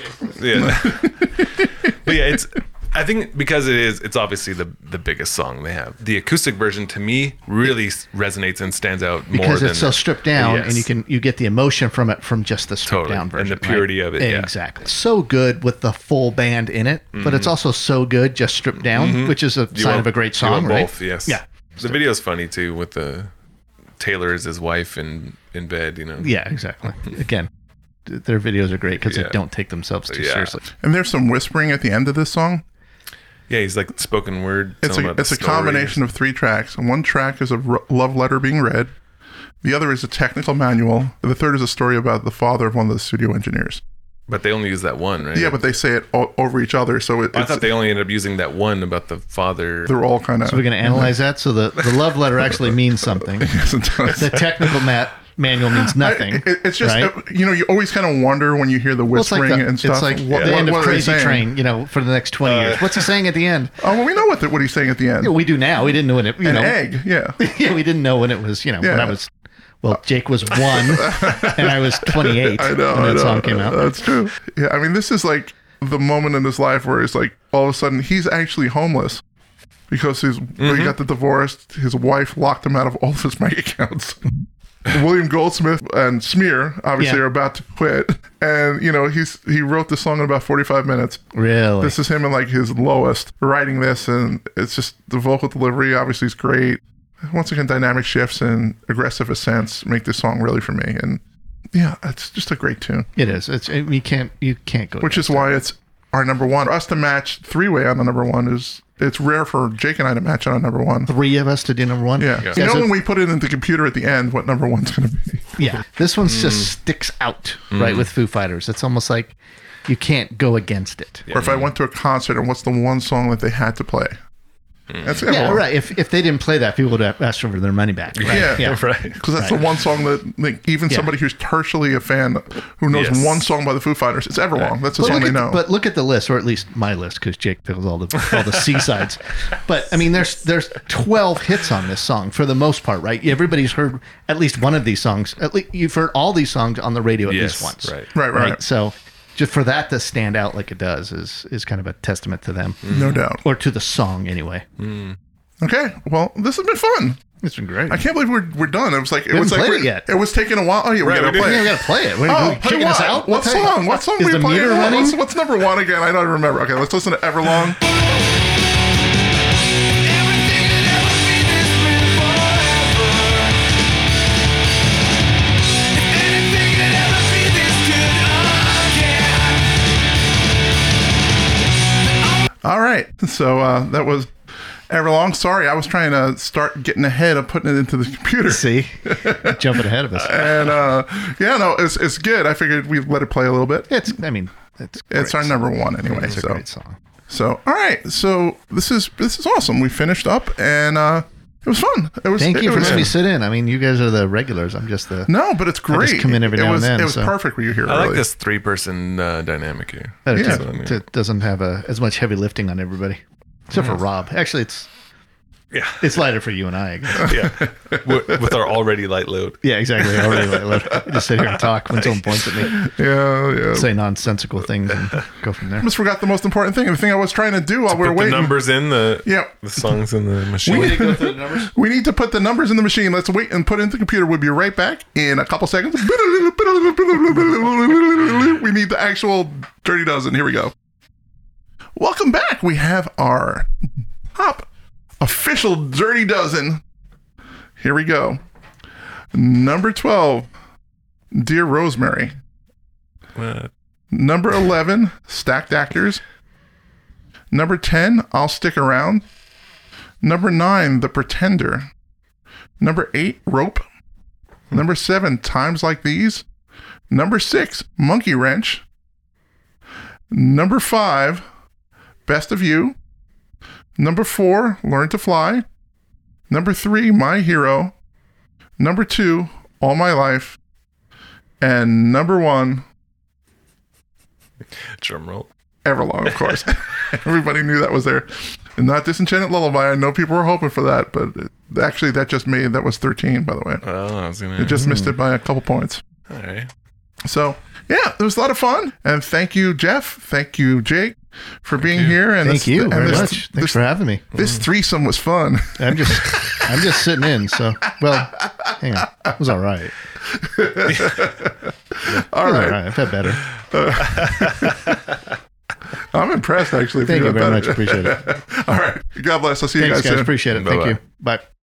S2: Yeah. but yeah, it's I think because it is it's obviously the the biggest song they have. The acoustic version to me really s- resonates and stands out more
S3: because
S2: than
S3: it's so stripped down
S2: Yes.
S3: and you can you get the emotion from it from just the stripped
S2: Totally.
S3: down
S2: And the
S3: version
S2: purity
S3: right?
S2: of it, yeah.
S3: exactly so good with the full band in it but it's also so good just stripped down which is a
S2: Mm-hmm. You
S3: sign
S2: want-
S3: of a great
S2: you
S3: song
S2: want
S3: right
S2: Both, yes.
S3: yeah
S2: The video's funny too with the Taylor is his wife in in bed, you know.
S3: yeah exactly again th- their videos are great because
S2: Yeah.
S3: they don't take themselves too
S2: Yeah.
S3: seriously
S1: and there's some whispering at the end of this song.
S2: Yeah, he's like spoken word.
S1: It's
S2: telling
S1: a,
S2: about the
S1: it's a
S2: story.
S1: combination of three tracks. And One track is a r- love letter being read. The other is a technical manual. The third is a story about the father of one of the studio engineers.
S2: But they only use that one, right?
S1: Yeah, but they say it o- over each other, so it,
S2: I
S1: it's,
S2: thought they only ended up using that one about the father.
S1: they're all kind of.
S3: so we're going to analyze that so the, the love letter actually means something the technical mat manual means nothing
S1: it's just
S3: right?
S1: uh, you know you always kind of wonder when you hear the
S3: Well, it's
S1: whispering
S3: like the,
S1: and
S3: it's
S1: stuff.
S3: like
S1: what- what-
S3: the end of
S1: what are they
S3: Crazy
S1: saying? Uh,
S3: Train, you know, for the next 20 years. What's he saying at the end?
S1: Oh well, we know what the, what he's saying at the end.
S3: Yeah, we do now. We didn't know when it, you
S1: An
S3: know,
S1: egg, yeah.
S3: yeah, we didn't know when it was, you know, when
S1: Yeah.
S3: I was, well, Jake was one and I was 28
S1: I know.
S3: when that
S1: I know.
S3: song came out.
S1: That's true. Yeah, I mean, this is like the moment in his life where it's like all of a sudden he's actually homeless because his
S3: Mm-hmm.
S1: he got the divorce. His wife locked him out of all of his bank accounts. William Goldsmith and Smear obviously
S3: Yeah.
S1: are about to quit, and you know he's he wrote this song in about forty five minutes.
S3: really?
S1: This is him in like his lowest writing this, and it's just the vocal delivery obviously is great. Once again, dynamic shifts and aggressive ascents make this song really for me. And yeah, it's just a great tune,
S3: it is. It's, it, you can't, you can't go.
S1: which is why it's our number one. For us to match three way on the number one is it's rare for Jake and I to match on a number one.
S3: three of us to do number one.
S1: Yeah, you know
S3: so-
S1: when we put it in the computer at the end, what number one's going to be?
S3: yeah. This one just sticks out, right? With Foo Fighters. It's almost like you can't go against it.
S1: Or if I went to a concert and what's the one song that they had to play? That's yeah,
S3: Yeah, right. If, if they didn't play that, people would have asked for their money back. Right?
S1: Yeah.
S2: right.
S1: Because that's the one song that like, even somebody who's tertially a fan who knows
S2: Yes.
S1: one song by the Foo Fighters, it's Everlong. That's the
S3: But
S1: song
S3: look,
S1: they
S3: at the,
S1: know.
S3: but look at the list, or at least my list, because Jake fills all the all the seasides. But I mean, there's there's 12 hits on this song for the most part, right? Everybody's heard at least one of these songs. At least you've heard all these songs on the radio at
S2: Yes,
S3: least once,
S2: right.
S1: right, right,
S3: So just for that to stand out like it does is is kind of a testament to them,
S1: Mm-hmm. no doubt.
S3: or to the song anyway.
S1: Okay, well, this has been fun.
S3: It's been great.
S1: I can't believe we're, we're done. It was like it
S3: haven't
S1: was like
S3: played
S1: we're-
S3: it yet.
S1: it was taking a while. Oh yeah, we
S2: Right,
S1: gotta
S2: we didn't.
S1: play.
S3: yeah,
S1: it.
S3: we gotta play it. What are
S1: Oh,
S3: you
S1: play
S3: kicking
S1: what?
S3: us out?
S1: What
S3: the heck?
S1: song? What song
S3: Is
S1: we
S3: the
S1: playing? Oh,
S3: meter
S1: What's-
S3: running?
S1: What's number one again? I don't remember. Okay, let's listen to Everlong.
S4: Everything that ever been has been forever. If anything that ever been is good oh, again.
S1: All right, so uh, that was Everlong, sorry, I was trying to start getting ahead of putting it into the computer.
S3: See, jumping ahead of us.
S1: And uh, yeah, no, it's it's good. I figured we'd let it play a little bit.
S3: It's, I mean, it's
S1: It's our number one anyway.
S3: It's a
S1: So
S3: great song.
S1: so all right. So this is this is awesome. We finished up and uh, it was fun. It was.
S3: Thank
S1: it
S3: you for
S1: was-
S3: letting me sit in. I mean, you guys are the regulars. I'm just the.
S1: No, but it's great.
S3: come in every
S1: it
S3: now and
S1: was,
S3: then,
S1: It was
S3: so.
S1: perfect when you here.
S2: I
S1: early.
S2: like this three person uh, dynamic here.
S3: that it
S1: Yeah.
S3: just- it doesn't have a, as much heavy lifting on everybody, except for Rob. Actually, it's
S2: Yeah.
S3: it's lighter for you and I. I guess.
S2: Yeah. with, with our already light load.
S3: Yeah, exactly. I really like- like, just sit here and talk when someone points at me,
S1: Yeah, yeah.
S3: say nonsensical things, and go from there.
S1: Almost forgot the most important thing. The thing I was trying to do while we
S2: Put
S1: were waiting.
S2: the numbers in the
S1: Yeah.
S2: the songs in the machine.
S3: go through the numbers.
S1: We need to put the numbers in the machine. Let's wait and put it into the computer. We'll be right back in a couple seconds. We need the actual Dirty Dozen. Here we go. Welcome back. We have our top official Dirty Dozen. Here we go. Number 12, Dear Rosemary.
S2: Uh,
S1: Number 11, Stacked Actors. Number 10, I'll Stick Around. Number 9, The Pretender. Number 8, Rope. Number 7, Times Like These. Number 6, Monkey Wrench. Number 5, Best of You. Number 4, Learn to Fly. Number 3, My Hero. Number 2, All My Life. And number 1,
S2: drum roll.
S1: Everlong, of course. Everybody knew that was there. And not Disenchanted Lullaby. I know people were hoping for that, but it- actually, that just made that was 13, by the way.
S2: Oh, I was gonna.
S1: It just missed it by a couple points.
S2: all right.
S1: So, yeah, it was a lot of fun. And thank you, Jeff. Thank you, Jake, for being here. And
S3: Thank
S1: this-
S3: you
S1: and
S3: very
S1: this,
S3: much. Thanks
S1: This,
S3: for having me.
S1: this threesome was fun.
S3: I'm just, I'm just sitting in. So, well, hang on, it was all right. It
S1: All
S3: was all
S1: right.
S3: right. I've had better.
S1: I'm impressed, actually. if
S3: Thank you
S1: got that.
S3: very much. Appreciate it.
S1: All right. God bless. I'll see you
S3: Thanks,
S1: guys
S3: guys.
S1: soon.
S3: Appreciate it. Thank
S2: Bye-bye.
S3: you. Bye.